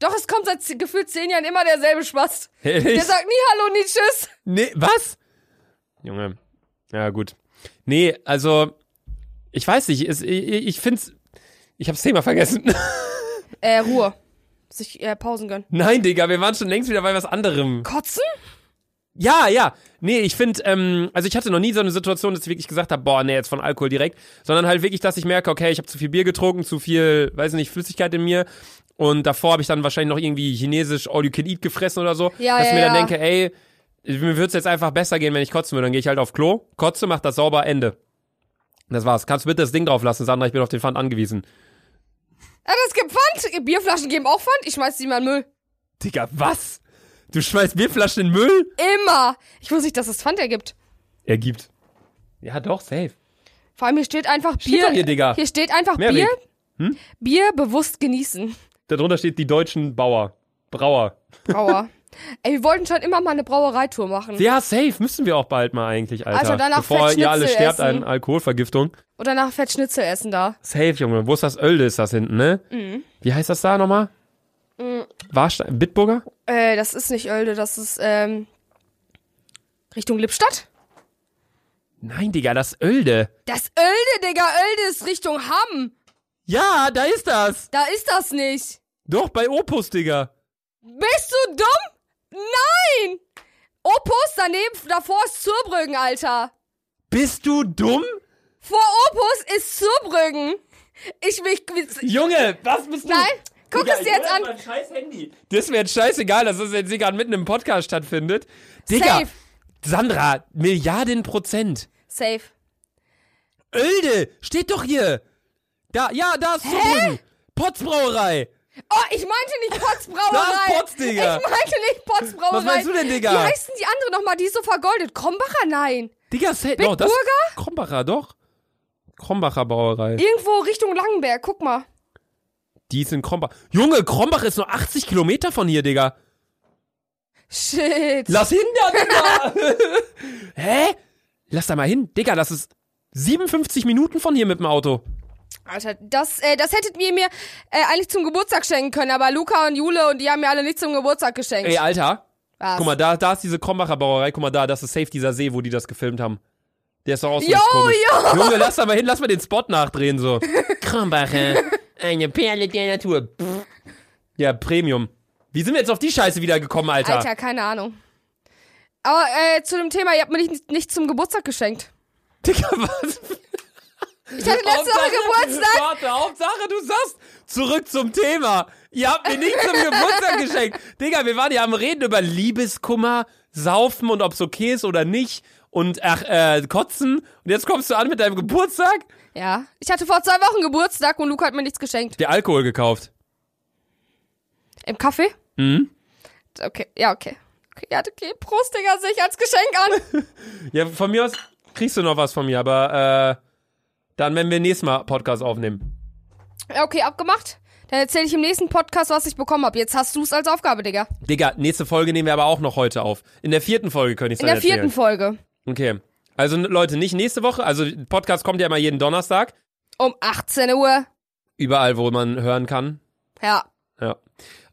Speaker 2: Doch, es kommt seit gefühlt zehn Jahren immer derselbe Spaß.
Speaker 1: Ehrlich?
Speaker 2: Der sagt nie Hallo, nie Tschüss.
Speaker 1: Nee, was? Junge. Ja, gut. Nee, also, ich weiß nicht, es, ich, ich find's. Ich hab's Thema vergessen.
Speaker 2: Äh, Ruhe. Sich äh, Pausen gönnen.
Speaker 1: Nein, Digga, wir waren schon längst wieder bei was anderem.
Speaker 2: Kotzen?
Speaker 1: Ja, ja. Nee, ich finde, ähm, also ich hatte noch nie so eine Situation, dass ich wirklich gesagt habe, boah, nee, jetzt von Alkohol direkt, sondern halt wirklich, dass ich merke, okay, ich habe zu viel Bier getrunken, zu viel, weiß nicht, Flüssigkeit in mir und davor habe ich dann wahrscheinlich noch irgendwie chinesisch All You Can Eat gefressen oder so,
Speaker 2: Ja,
Speaker 1: dass ich
Speaker 2: ja,
Speaker 1: mir dann
Speaker 2: ja.
Speaker 1: denke, ey, mir würde es jetzt einfach besser gehen, wenn ich kotzen würde, dann gehe ich halt auf Klo, kotze, mach das sauber, Ende. Das war's. Kannst du bitte das Ding drauf lassen, Sandra, ich bin auf den Pfand angewiesen.
Speaker 2: Ah, das gibt Pfand. Bierflaschen geben auch Pfand. Ich schmeiß die mal in den Müll.
Speaker 1: Digga, was? Du schmeißt Bierflaschen in den Müll?
Speaker 2: Immer. Ich wusste nicht, dass es Pfand ergibt.
Speaker 1: Er gibt. Ja, doch, safe.
Speaker 2: Vor allem hier steht einfach Bier.
Speaker 1: doch hier, Digga. Hm?
Speaker 2: hier steht einfach
Speaker 1: Mehrweg.
Speaker 2: Bier. Bier bewusst genießen.
Speaker 1: Darunter steht die deutschen Bauer. Brauer.
Speaker 2: Brauer. Ey, wir wollten schon immer mal eine Brauereitour machen.
Speaker 1: Ja, safe. Müssen wir auch bald mal eigentlich, Alter.
Speaker 2: Also danach
Speaker 1: Bevor
Speaker 2: fett
Speaker 1: ihr alle
Speaker 2: Schnitzel
Speaker 1: sterbt
Speaker 2: essen.
Speaker 1: an Alkoholvergiftung.
Speaker 2: Und danach fett Schnitzel essen da.
Speaker 1: Safe, Junge. Wo ist das Ölde? Ist das hinten, ne?
Speaker 2: Mhm.
Speaker 1: Wie heißt das da nochmal? Warstein, Bitburger?
Speaker 2: Äh, das ist nicht Oelde, das ist ähm, Richtung Lippstadt.
Speaker 1: Nein, Digga, das Ölde.
Speaker 2: Das Oelde, Digga, Oelde ist Richtung Hamm.
Speaker 1: Ja, da ist das.
Speaker 2: Da ist das nicht.
Speaker 1: Doch, bei Opus, Digga.
Speaker 2: Bist du dumm? Nein! Opus daneben, davor ist Zurbrüggen, Alter.
Speaker 1: Bist du dumm?
Speaker 2: Vor Opus ist Zurbrüggen. Ich mich.
Speaker 1: Junge, was bist du?
Speaker 2: Nein, guck
Speaker 1: Digga,
Speaker 2: es dir jetzt
Speaker 1: hol
Speaker 2: an.
Speaker 1: mein scheiß Handy. Das ist mir jetzt scheißegal, dass das jetzt hier gerade mitten im Podcast stattfindet. Digga,
Speaker 2: Safe.
Speaker 1: Sandra, Milliarden Prozent.
Speaker 2: Safe.
Speaker 1: Ölde, steht doch hier. Da, ja, da ist Zurbrüggen. Potzbrauerei.
Speaker 2: Oh, ich meinte nicht Potzbrauerei.
Speaker 1: Das ist Potz, Digga.
Speaker 2: Ich meinte nicht Potzbrauerei.
Speaker 1: Was meinst du denn, Digga?
Speaker 2: Oh Wie heißen die andere nochmal? Die ist so vergoldet. Krombacher? Nein.
Speaker 1: Digga, safe.
Speaker 2: Bitburger?
Speaker 1: Doch, das Krombacher, doch. Krombacher Brauerei.
Speaker 2: Irgendwo Richtung Langenberg. Guck mal.
Speaker 1: Die ist in Krombach. Junge, Krombach ist nur 80 Kilometer von hier, Digga.
Speaker 2: Shit.
Speaker 1: Lass hin da, Digga. Hä? Lass da mal hin. Digga, das ist 57 Minuten von hier mit dem Auto.
Speaker 2: Alter, das, äh, das hättet ihr mir äh, eigentlich zum Geburtstag schenken können. Aber Luca und Jule und die haben mir alle nichts zum Geburtstag geschenkt.
Speaker 1: Ey, Alter.
Speaker 2: Was?
Speaker 1: Guck mal, da, da ist diese Krombacher Brauerei. Guck mal da, das ist safe dieser See, wo die das gefilmt haben. Der ist doch auch so
Speaker 2: Yo,
Speaker 1: komisch.
Speaker 2: yo.
Speaker 1: Junge, lass da mal hin, lass mal den Spot nachdrehen so. Krombacher, eine Perle der Natur. Pff. Ja, Premium. Wie sind wir jetzt auf die Scheiße wieder gekommen, Alter?
Speaker 2: Alter, keine Ahnung. Aber äh, zu dem Thema, ihr habt mir nicht, nicht zum Geburtstag geschenkt.
Speaker 1: Digga, was?
Speaker 2: Ich hatte letzte Woche Geburtstag.
Speaker 1: Warte, Hauptsache, du sagst, zurück zum Thema. Ihr habt mir nichts zum Geburtstag geschenkt. Digga, wir waren ja am Reden über Liebeskummer, Saufen und ob's okay ist oder nicht. Und ach, äh, Kotzen. Und jetzt kommst du an mit deinem Geburtstag?
Speaker 2: Ja, ich hatte vor zwei Wochen Geburtstag und Luca hat mir nichts geschenkt.
Speaker 1: Der Alkohol gekauft.
Speaker 2: Im Kaffee?
Speaker 1: Mhm.
Speaker 2: Okay, ja, okay. okay ja, okay. Prost, Digga, sehe ich als Geschenk an.
Speaker 1: Ja, von mir aus kriegst du noch was von mir, aber äh, dann, wenn wir nächstes Mal Podcast aufnehmen.
Speaker 2: Ja, okay, abgemacht. Dann erzähle ich im nächsten Podcast, was ich bekommen habe. Jetzt hast du es als Aufgabe, Digga.
Speaker 1: Digga, nächste Folge nehmen wir aber auch noch heute auf. In der vierten Folge könnte ich
Speaker 2: In
Speaker 1: dann
Speaker 2: der vierten
Speaker 1: erzählen.
Speaker 2: Folge.
Speaker 1: Okay. Also n- Leute, nicht nächste Woche. Also Podcast kommt ja immer jeden Donnerstag.
Speaker 2: Um 18 Uhr.
Speaker 1: Überall, wo man hören kann.
Speaker 2: Ja,
Speaker 1: Ja.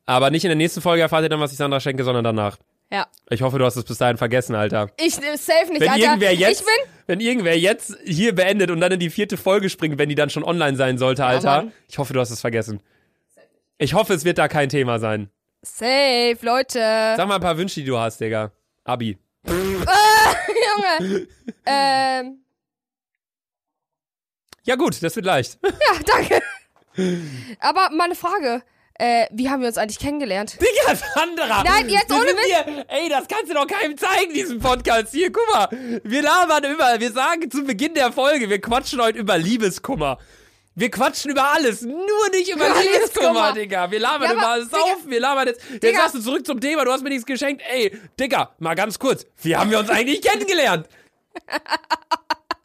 Speaker 1: Aber nicht in der nächsten Folge erfahrt ihr dann, was ich Sandra schenke, sondern danach.
Speaker 2: ja.
Speaker 1: Ich hoffe, du hast es bis dahin vergessen, Alter.
Speaker 2: Ich äh, safe nicht,
Speaker 1: Wenn
Speaker 2: Alter.
Speaker 1: irgendwer jetzt,
Speaker 2: ich bin.
Speaker 1: wenn irgendwer jetzt hier beendet und dann in die vierte Folge springt, wenn die dann schon online sein sollte, Alter.
Speaker 2: Mann.
Speaker 1: ich hoffe, du hast es vergessen. Ich hoffe, es wird da kein Thema sein.
Speaker 2: Safe, Leute.
Speaker 1: Sag mal ein paar Wünsche, die du hast, Digga. Abi.
Speaker 2: Junge. ähm,
Speaker 1: Ja gut, das wird leicht.
Speaker 2: ja, ah, danke. Aber meine Frage. Äh, wie haben wir uns eigentlich kennengelernt?
Speaker 1: Digga, Sandra!
Speaker 2: Nein, jetzt
Speaker 1: wir
Speaker 2: ohne
Speaker 1: sind hier, Ey, das kannst du doch keinem zeigen, diesen Podcast hier. Guck mal, wir labern über, wir sagen zu Beginn der Folge, wir quatschen heute über Liebeskummer. Wir quatschen über alles, nur nicht über
Speaker 2: Über
Speaker 1: Liebeskummer,
Speaker 2: Liebeskummer.
Speaker 1: Digga. Wir labern
Speaker 2: Ja,
Speaker 1: über
Speaker 2: aber,
Speaker 1: alles
Speaker 2: Digga,
Speaker 1: auf, wir labern jetzt. Jetzt
Speaker 2: Digga.
Speaker 1: sagst du zurück zum Thema, du hast mir nichts geschenkt. Ey, Digga, mal ganz kurz, wie haben wir uns eigentlich kennengelernt?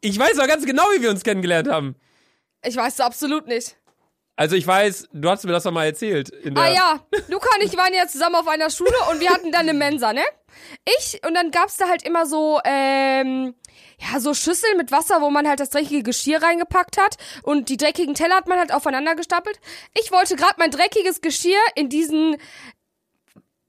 Speaker 1: Ich weiß doch ganz genau, wie wir uns kennengelernt haben.
Speaker 2: Ich weiß es absolut nicht.
Speaker 1: Also ich weiß, du hast mir das doch mal erzählt. In der
Speaker 2: Ah ja, Luca und ich waren ja zusammen auf einer Schule und wir hatten dann eine Mensa, ne? Ich, und dann gab's da halt immer so, ähm, ja, so Schüsseln mit Wasser, wo man halt das dreckige Geschirr reingepackt hat und die dreckigen Teller hat man halt aufeinander gestapelt. Ich wollte gerade mein dreckiges Geschirr in diesen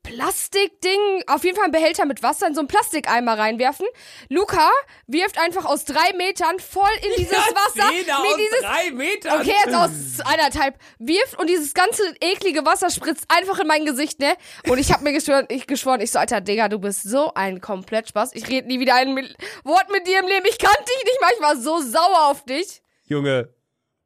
Speaker 2: Plastikding, auf jeden Fall einen Behälter mit Wasser in so einen Plastikeimer reinwerfen. Luca wirft einfach aus drei Metern voll in dieses Wasser.
Speaker 1: Szene
Speaker 2: Nee,
Speaker 1: aus
Speaker 2: dieses,
Speaker 1: drei Metern.
Speaker 2: Okay, jetzt aus anderthalb. Wirft und dieses ganze eklige Wasser spritzt einfach in mein Gesicht, ne? Und ich habe mir geschworen, ich geschworen, ich so, Alter, Digga, du bist so ein komplett Spaß. Ich rede nie wieder ein Mil- Wort mit dir im Leben. Ich kannte dich nicht mal. Ich war so sauer auf dich.
Speaker 1: Junge.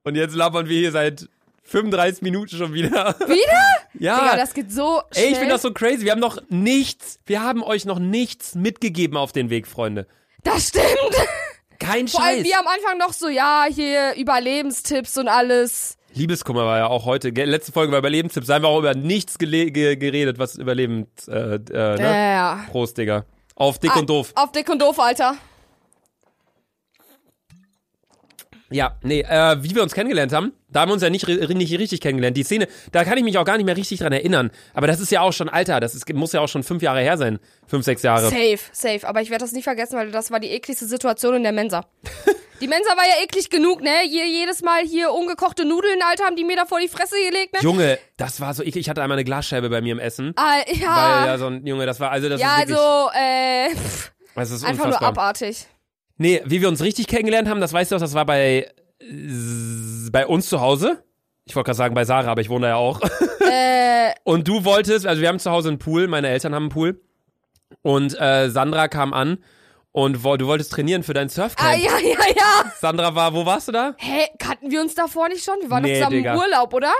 Speaker 1: Und jetzt labern wir hier seit 35 Minuten schon wieder.
Speaker 2: Wieder?
Speaker 1: ja.
Speaker 2: Digga, das geht so schnell.
Speaker 1: Ah. Ey, ich finde das so crazy. Wir haben noch nichts, wir haben euch noch nichts mitgegeben auf den Weg, Freunde.
Speaker 2: Das stimmt.
Speaker 1: Kein
Speaker 2: Vor allem
Speaker 1: Scheiß.
Speaker 2: wir am Anfang noch so, ja, hier Überlebenstipps und alles.
Speaker 1: Liebeskummer war ja auch heute. gell? Letzte Folge war über Lebenstipps. Da haben wir auch über nichts gele- ge geredet, was überlebend, äh, äh,
Speaker 2: Ja,
Speaker 1: ne?
Speaker 2: ja, ja.
Speaker 1: Prost, Digga. Auf
Speaker 2: Ah.
Speaker 1: dick und doof.
Speaker 2: Auf dick und doof, Alter.
Speaker 1: Ja, nee, äh, wie wir uns kennengelernt haben, da haben wir uns ja nicht, ri- nicht richtig kennengelernt. Die Szene, da kann ich mich auch gar nicht mehr richtig dran erinnern. Aber das ist ja auch schon, Alter, das ist, muss ja auch schon fünf Jahre her sein. Fünf, sechs Jahre.
Speaker 2: Safe, safe. Aber ich werde das nie vergessen, weil das war die ekligste Situation in der Mensa. Die Mensa war ja eklig genug, ne? Je, jedes Mal hier ungekochte Nudeln, Alter, haben die mir da vor die Fresse gelegt, ne?
Speaker 1: Junge, das war so eklig. Ich hatte einmal eine Glasscheibe bei mir im Essen.
Speaker 2: ah,
Speaker 1: Weil ja
Speaker 2: ja.
Speaker 1: so ein Junge, das war, also das
Speaker 2: ja,
Speaker 1: ist wirklich,
Speaker 2: also, äh, pff,
Speaker 1: das ist
Speaker 2: einfach nur
Speaker 1: unfassbar.
Speaker 2: abartig.
Speaker 1: Nee, wie wir uns richtig kennengelernt haben, das weißt du auch, das war bei, s- bei uns zu Hause. Ich wollte gerade sagen bei Sarah, aber ich wohne da ja auch.
Speaker 2: äh,
Speaker 1: Und du wolltest, also wir haben zu Hause einen Pool, meine Eltern haben einen Pool. Und äh, Sandra kam an und wo, du wolltest trainieren für dein Surfcamp.
Speaker 2: ah, ja, ja, ja.
Speaker 1: Sandra war, wo warst du da?
Speaker 2: Hä, kannten wir uns davor nicht schon? Wir waren
Speaker 1: Nee,
Speaker 2: doch zusammen
Speaker 1: Digga.
Speaker 2: im Urlaub, oder?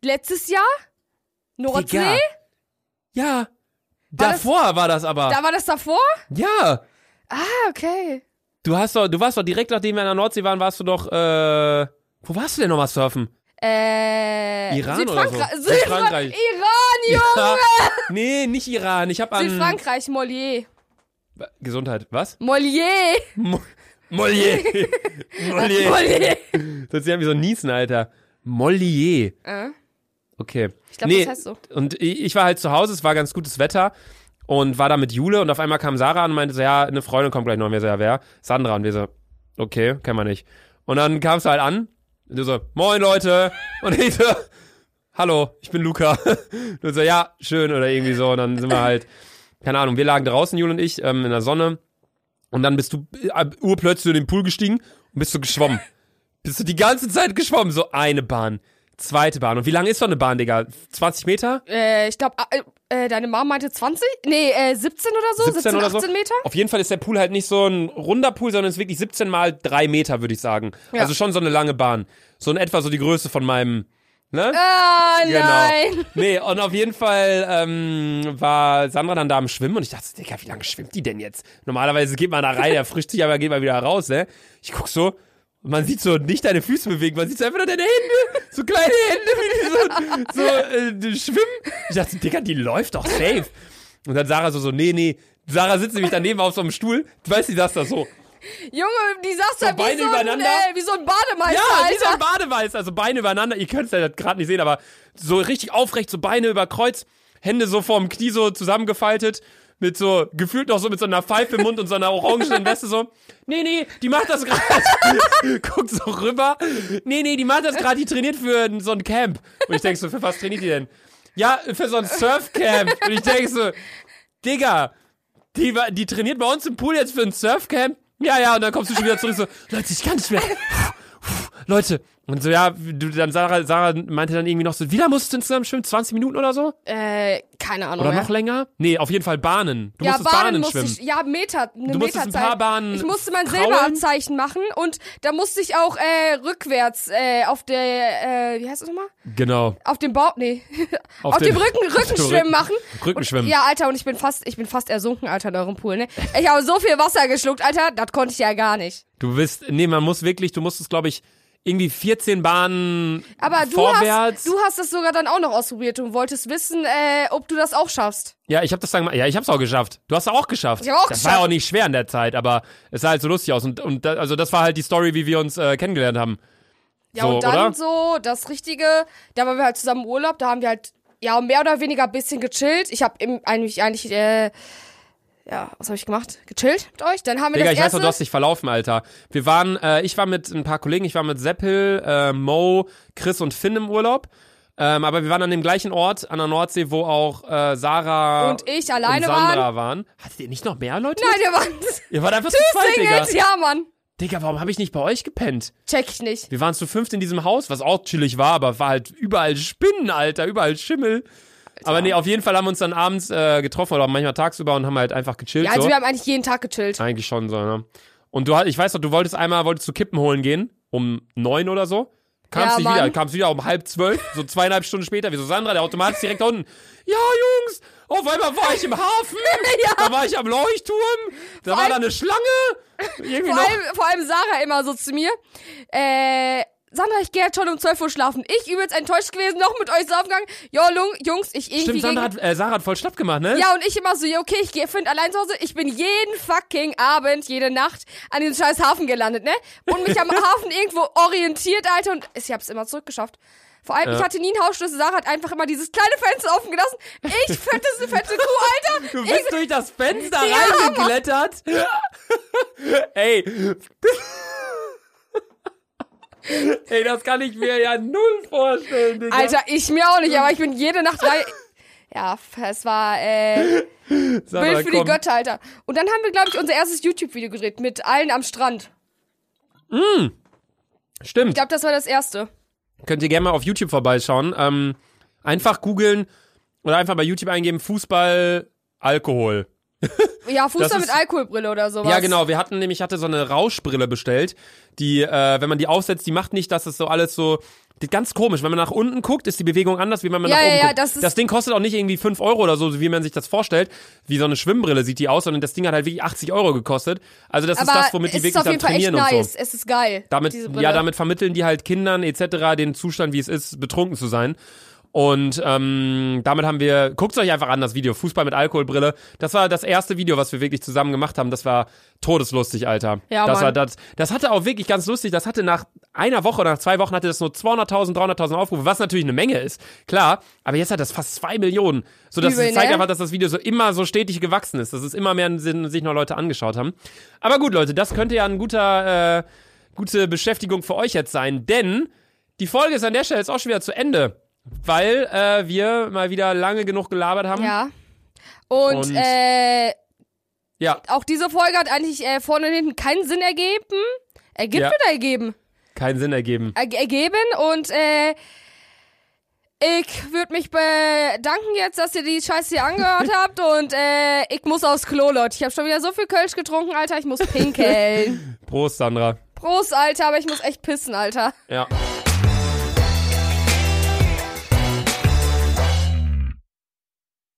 Speaker 2: Letztes Jahr? Nordsee?
Speaker 1: Digga. Ja.
Speaker 2: War das-
Speaker 1: Davor war das aber.
Speaker 2: Da war das davor?
Speaker 1: ja.
Speaker 2: Ah, okay.
Speaker 1: Du hast doch, du warst doch direkt nachdem wir an der Nordsee waren, warst du doch, äh, wo warst du denn nochmal surfen?
Speaker 2: Äh,
Speaker 1: Iran oder so?
Speaker 2: Südfrankreich.
Speaker 1: Südfrankreich.
Speaker 2: Südfrankreich. Iran, Junge.
Speaker 1: Ja. Nee, nicht Iran. Ich habe an.
Speaker 2: Südfrankreich, Molière.
Speaker 1: Gesundheit. Was?
Speaker 2: Molière.
Speaker 1: Mo- Mollier. Mollier.
Speaker 2: Molière.
Speaker 1: Das ist ja wie so ein Niesen, Alter. Mollier.
Speaker 2: Äh,
Speaker 1: Okay.
Speaker 2: ich glaube, das heißt so.
Speaker 1: Und ich ich war halt zu Hause, es war ganz gutes Wetter und war da mit Jule und auf einmal kam Sarah an und meinte so, ja, eine Freundin kommt gleich noch. Und wir so, ja, wer? Sandra. Und wir so, okay, kennen wir nicht. Und dann kamst du halt an und du so, moin Leute. Und ich so, hallo, ich bin Luca. Und du so, ja, schön oder irgendwie so. Und dann sind wir halt, keine Ahnung, wir lagen draußen, Jule und ich, ähm, in der Sonne. Und dann bist du äh, urplötzlich in den Pool gestiegen und bist du geschwommen. Bist du die ganze Zeit geschwommen. So eine Bahn, zweite Bahn. Und wie lang ist so eine Bahn, Digga? 20 Meter?
Speaker 2: Äh, ich glaube, äh, deine Mama meinte 20? Nee, äh, 17 oder so? 17,
Speaker 1: 17 oder so.
Speaker 2: 18 Meter?
Speaker 1: Auf jeden Fall ist der Pool halt nicht so ein runder Pool, sondern ist wirklich 17 mal 3 Meter, würde ich sagen.
Speaker 2: Ja.
Speaker 1: Also schon so eine lange Bahn. So in etwa so die Größe von meinem, ne?
Speaker 2: Ah, nein.
Speaker 1: Nee, und auf jeden Fall ähm, war Sandra dann da am Schwimmen und ich dachte, Digga, wie lange schwimmt die denn jetzt? Normalerweise geht man da rein, erfrischt sich, aber geht mal wieder raus, ne? Ich guck so, und man sieht so nicht deine Füße bewegen, man sieht so einfach nur deine Hände, so kleine Hände, wie die so, so äh, die schwimmen. Ich dachte, Digga, die läuft doch safe. Und dann Sarah so, so, nee, nee. Sarah sitzt nämlich daneben auf so einem Stuhl, du weißt, die saß da so.
Speaker 2: Junge, die saß da wie
Speaker 1: Beine
Speaker 2: so, ein,
Speaker 1: übereinander?
Speaker 2: äh, wie so ein Bademeister,
Speaker 1: Ja, wie so
Speaker 2: Alter.
Speaker 1: ein Badeweiß, also Beine übereinander. Ihr könnt es ja gerade nicht sehen, aber so richtig aufrecht, so Beine über Kreuz, Hände so vorm Knie so zusammengefaltet, mit so, gefühlt noch so mit so einer Pfeife im Mund und so einer orangenen Weste so. Nee, nee, die macht das gerade. Guckt so rüber. Nee, nee, die macht das gerade, die trainiert für so ein Camp. Und ich denk so, für was trainiert die denn? Ja, für so ein Surfcamp. Und ich denk so, Digga, die, war- die trainiert bei uns im Pool jetzt für ein Surfcamp. Ja, ja, und dann kommst du schon wieder zurück so, Leute, ich kann nicht mehr. Leute. Und so, ja, du, dann Sarah, Sarah meinte dann irgendwie noch so, wieder musstest du insgesamt schwimmen, 20 Minuten oder so?
Speaker 2: Äh, keine Ahnung.
Speaker 1: Oder
Speaker 2: ja.
Speaker 1: noch länger? Nee, auf jeden Fall Bahnen. Du
Speaker 2: ja,
Speaker 1: musstest Bahnen,
Speaker 2: musste
Speaker 1: schwimmen.
Speaker 2: ich, ja, Meter, eine
Speaker 1: Du musstest ein
Speaker 2: Meterzeit.
Speaker 1: paar Bahnen
Speaker 2: Ich musste mein
Speaker 1: kraulen.
Speaker 2: Silberzeichen machen und da musste ich auch äh, rückwärts äh, auf der, äh, wie heißt das nochmal?
Speaker 1: Genau.
Speaker 2: Auf dem Bauch, nee, auf, dem Rücken, Rückenschwimmen machen.
Speaker 1: Rückenschwimmen.
Speaker 2: Ja, Alter, und ich bin fast, ich bin fast ersunken, Alter, in eurem Pool, ne? Ich habe so viel Wasser geschluckt, Alter, das konnte ich ja gar nicht.
Speaker 1: Du bist, nee, man muss wirklich, du musstest, glaube ich, irgendwie 14 Bahnen
Speaker 2: Aber du
Speaker 1: vorwärts.
Speaker 2: hast, du hast das sogar dann auch noch ausprobiert und wolltest wissen, äh, ob du das auch schaffst.
Speaker 1: Ja, ich habe das sagen, ja, ich hab's auch geschafft. Du hast auch geschafft.
Speaker 2: Ich hab auch
Speaker 1: das
Speaker 2: geschafft.
Speaker 1: war ja auch nicht schwer in der Zeit, aber es sah halt so lustig aus und, und da, also das war halt die Story, wie wir uns äh, kennengelernt haben.
Speaker 2: Ja,
Speaker 1: So,
Speaker 2: und dann
Speaker 1: oder?
Speaker 2: so das Richtige, da waren wir halt zusammen im Urlaub, da haben wir halt, ja, mehr oder weniger ein bisschen gechillt. Ich habe eigentlich, eigentlich, äh, ja, was habe ich gemacht? Gechillt mit euch? Dann haben wir
Speaker 1: Digga,
Speaker 2: das
Speaker 1: ich weiß
Speaker 2: erste...
Speaker 1: doch, du hast dich verlaufen, Alter. Wir waren, äh, ich war mit ein paar Kollegen, ich war mit Seppel, äh, Mo, Chris und Finn im Urlaub. Ähm, aber wir waren an dem gleichen Ort, an der Nordsee, wo auch äh, Sarah
Speaker 2: Und ich alleine
Speaker 1: und Sandra
Speaker 2: waren.
Speaker 1: waren. Hattet ihr nicht noch mehr Leute?
Speaker 2: Nein, wir waren
Speaker 1: Ihr wart einfach zu zweit, Digga.
Speaker 2: Singles. Ja, Mann.
Speaker 1: Digga, warum habe ich nicht bei euch gepennt?
Speaker 2: Check ich nicht.
Speaker 1: Wir waren zu fünft in diesem Haus, was auch chillig war, aber war halt überall Spinnen, Alter, überall Schimmel. Aber nee, auf jeden Fall haben wir uns dann abends äh, getroffen oder manchmal tagsüber und haben halt einfach gechillt.
Speaker 2: Ja, also
Speaker 1: so.
Speaker 2: wir haben eigentlich jeden Tag gechillt.
Speaker 1: Eigentlich schon so, ne? Und du, hat- ich weiß doch, du wolltest einmal, wolltest du Kippen holen gehen, um neun oder so. Kamst
Speaker 2: Ja,
Speaker 1: nicht wieder,
Speaker 2: Mann.
Speaker 1: kamst wieder um halb zwölf, so zweieinhalb Stunden später, wie so Sandra, der Automat ist direkt da unten. Ja, Jungs, auf einmal war ich im Hafen, da war ich am Leuchtturm, da war
Speaker 2: allem-
Speaker 1: da eine Schlange. Irgendwie
Speaker 2: Vor
Speaker 1: noch.
Speaker 2: allem, vor allem Sarah immer so zu mir. Äh, Sandra, ich gehe jetzt schon um 12 Uhr schlafen. Ich übelst enttäuscht gewesen, noch mit euch saufen gegangen. Jo, Lung- Jungs, ich irgendwie
Speaker 1: Stimmt, Sandra
Speaker 2: ging-
Speaker 1: hat, äh, Sarah hat voll schlapp gemacht, ne?
Speaker 2: Ja, und ich immer so, ja, okay, ich gehe find allein zu Hause. Ich bin jeden fucking Abend, jede Nacht an diesem scheiß Hafen gelandet, ne? Und mich am Hafen irgendwo orientiert, Alter. Und ich hab's immer zurückgeschafft. Vor allem,
Speaker 1: Ja.
Speaker 2: ich hatte nie einen Hausschlüssel. Sarah hat einfach immer dieses kleine Fenster offen gelassen. Ich, fettes, fette Kuh, Alter.
Speaker 1: Du bist durch das Fenster
Speaker 2: Ja,
Speaker 1: reingeklettert. Ey. Ey, das kann ich mir ja null vorstellen, Digga.
Speaker 2: Alter, ich mir auch nicht, aber ich bin jede Nacht rein. Ja, es war äh,
Speaker 1: Sag mal,
Speaker 2: Bild für die
Speaker 1: komm.
Speaker 2: Götter, Alter. Und dann haben wir, glaube ich, unser erstes YouTube-Video gedreht mit allen am Strand. Ich
Speaker 1: Stimmt.
Speaker 2: glaube, das war das erste.
Speaker 1: Könnt ihr gerne mal auf YouTube vorbeischauen. Ähm, einfach googeln oder einfach bei YouTube eingeben Fußball, Alkohol.
Speaker 2: Ja,
Speaker 1: Das
Speaker 2: Fußball
Speaker 1: ist-
Speaker 2: mit Alkoholbrille oder sowas.
Speaker 1: Ja, genau. Wir hatten nämlich, ich hatte so eine Rauschbrille bestellt, die, äh, wenn man die aufsetzt, die macht nicht, dass es so alles so. Die, ganz komisch. Wenn man nach unten guckt, ist die Bewegung anders, wie wenn man
Speaker 2: Ja,
Speaker 1: nach
Speaker 2: ja,
Speaker 1: oben
Speaker 2: ja,
Speaker 1: guckt.
Speaker 2: das ist-
Speaker 1: Ding kostet auch nicht irgendwie 5 Euro oder so, wie man sich das vorstellt. Wie so eine Schwimmbrille sieht die aus, sondern das Ding hat halt wirklich 80 Euro gekostet. Also das
Speaker 2: Aber
Speaker 1: ist das, womit die
Speaker 2: es ist
Speaker 1: wirklich
Speaker 2: auf
Speaker 1: dann
Speaker 2: jeden Fall echt
Speaker 1: trainieren und so.
Speaker 2: nice. Es ist geil.
Speaker 1: Damit,
Speaker 2: halt diese Brille.
Speaker 1: ja, damit vermitteln die halt Kindern etc. den Zustand, wie es ist, betrunken zu sein. Und ähm, damit haben wir, guckt's euch einfach an, das Video, Fußball mit Alkoholbrille. Das war das erste Video, was wir wirklich zusammen gemacht haben. Das war todeslustig, Alter.
Speaker 2: Ja,
Speaker 1: das,
Speaker 2: Mann.
Speaker 1: war, das, das hatte auch wirklich ganz lustig, das hatte nach einer Woche, nach zwei Wochen hatte das nur 200.000, 300.000 Aufrufe, was natürlich eine Menge ist, klar. Aber jetzt hat das fast zwei Millionen. So, das
Speaker 2: Übel,
Speaker 1: zeigt
Speaker 2: ne?
Speaker 1: einfach, dass das Video so immer so stetig gewachsen ist, dass es immer mehr Sinn- sich noch Leute angeschaut haben. Aber gut, Leute, das könnte ja ein guter... Äh, gute Beschäftigung für euch jetzt sein, denn die Folge ist an der Stelle jetzt auch schon wieder zu Ende, weil äh, wir mal wieder lange genug gelabert haben.
Speaker 2: Ja. Und,
Speaker 1: Und-
Speaker 2: äh,
Speaker 1: Ja,
Speaker 2: auch diese Folge hat eigentlich äh, vorne und hinten keinen Sinn ergeben. Ergibt
Speaker 1: Ja.
Speaker 2: oder ergeben?
Speaker 1: keinen Sinn ergeben.
Speaker 2: Erg- ergeben. Und äh, ich würde mich bedanken jetzt, dass ihr die Scheiße hier angehört habt. Und äh, ich muss aufs Klo, Leute. Ich habe schon wieder so viel Kölsch getrunken, Alter. Ich muss pinkeln.
Speaker 1: Prost, Sandra.
Speaker 2: Prost, Alter. Aber ich muss echt pissen, Alter.
Speaker 1: Ja.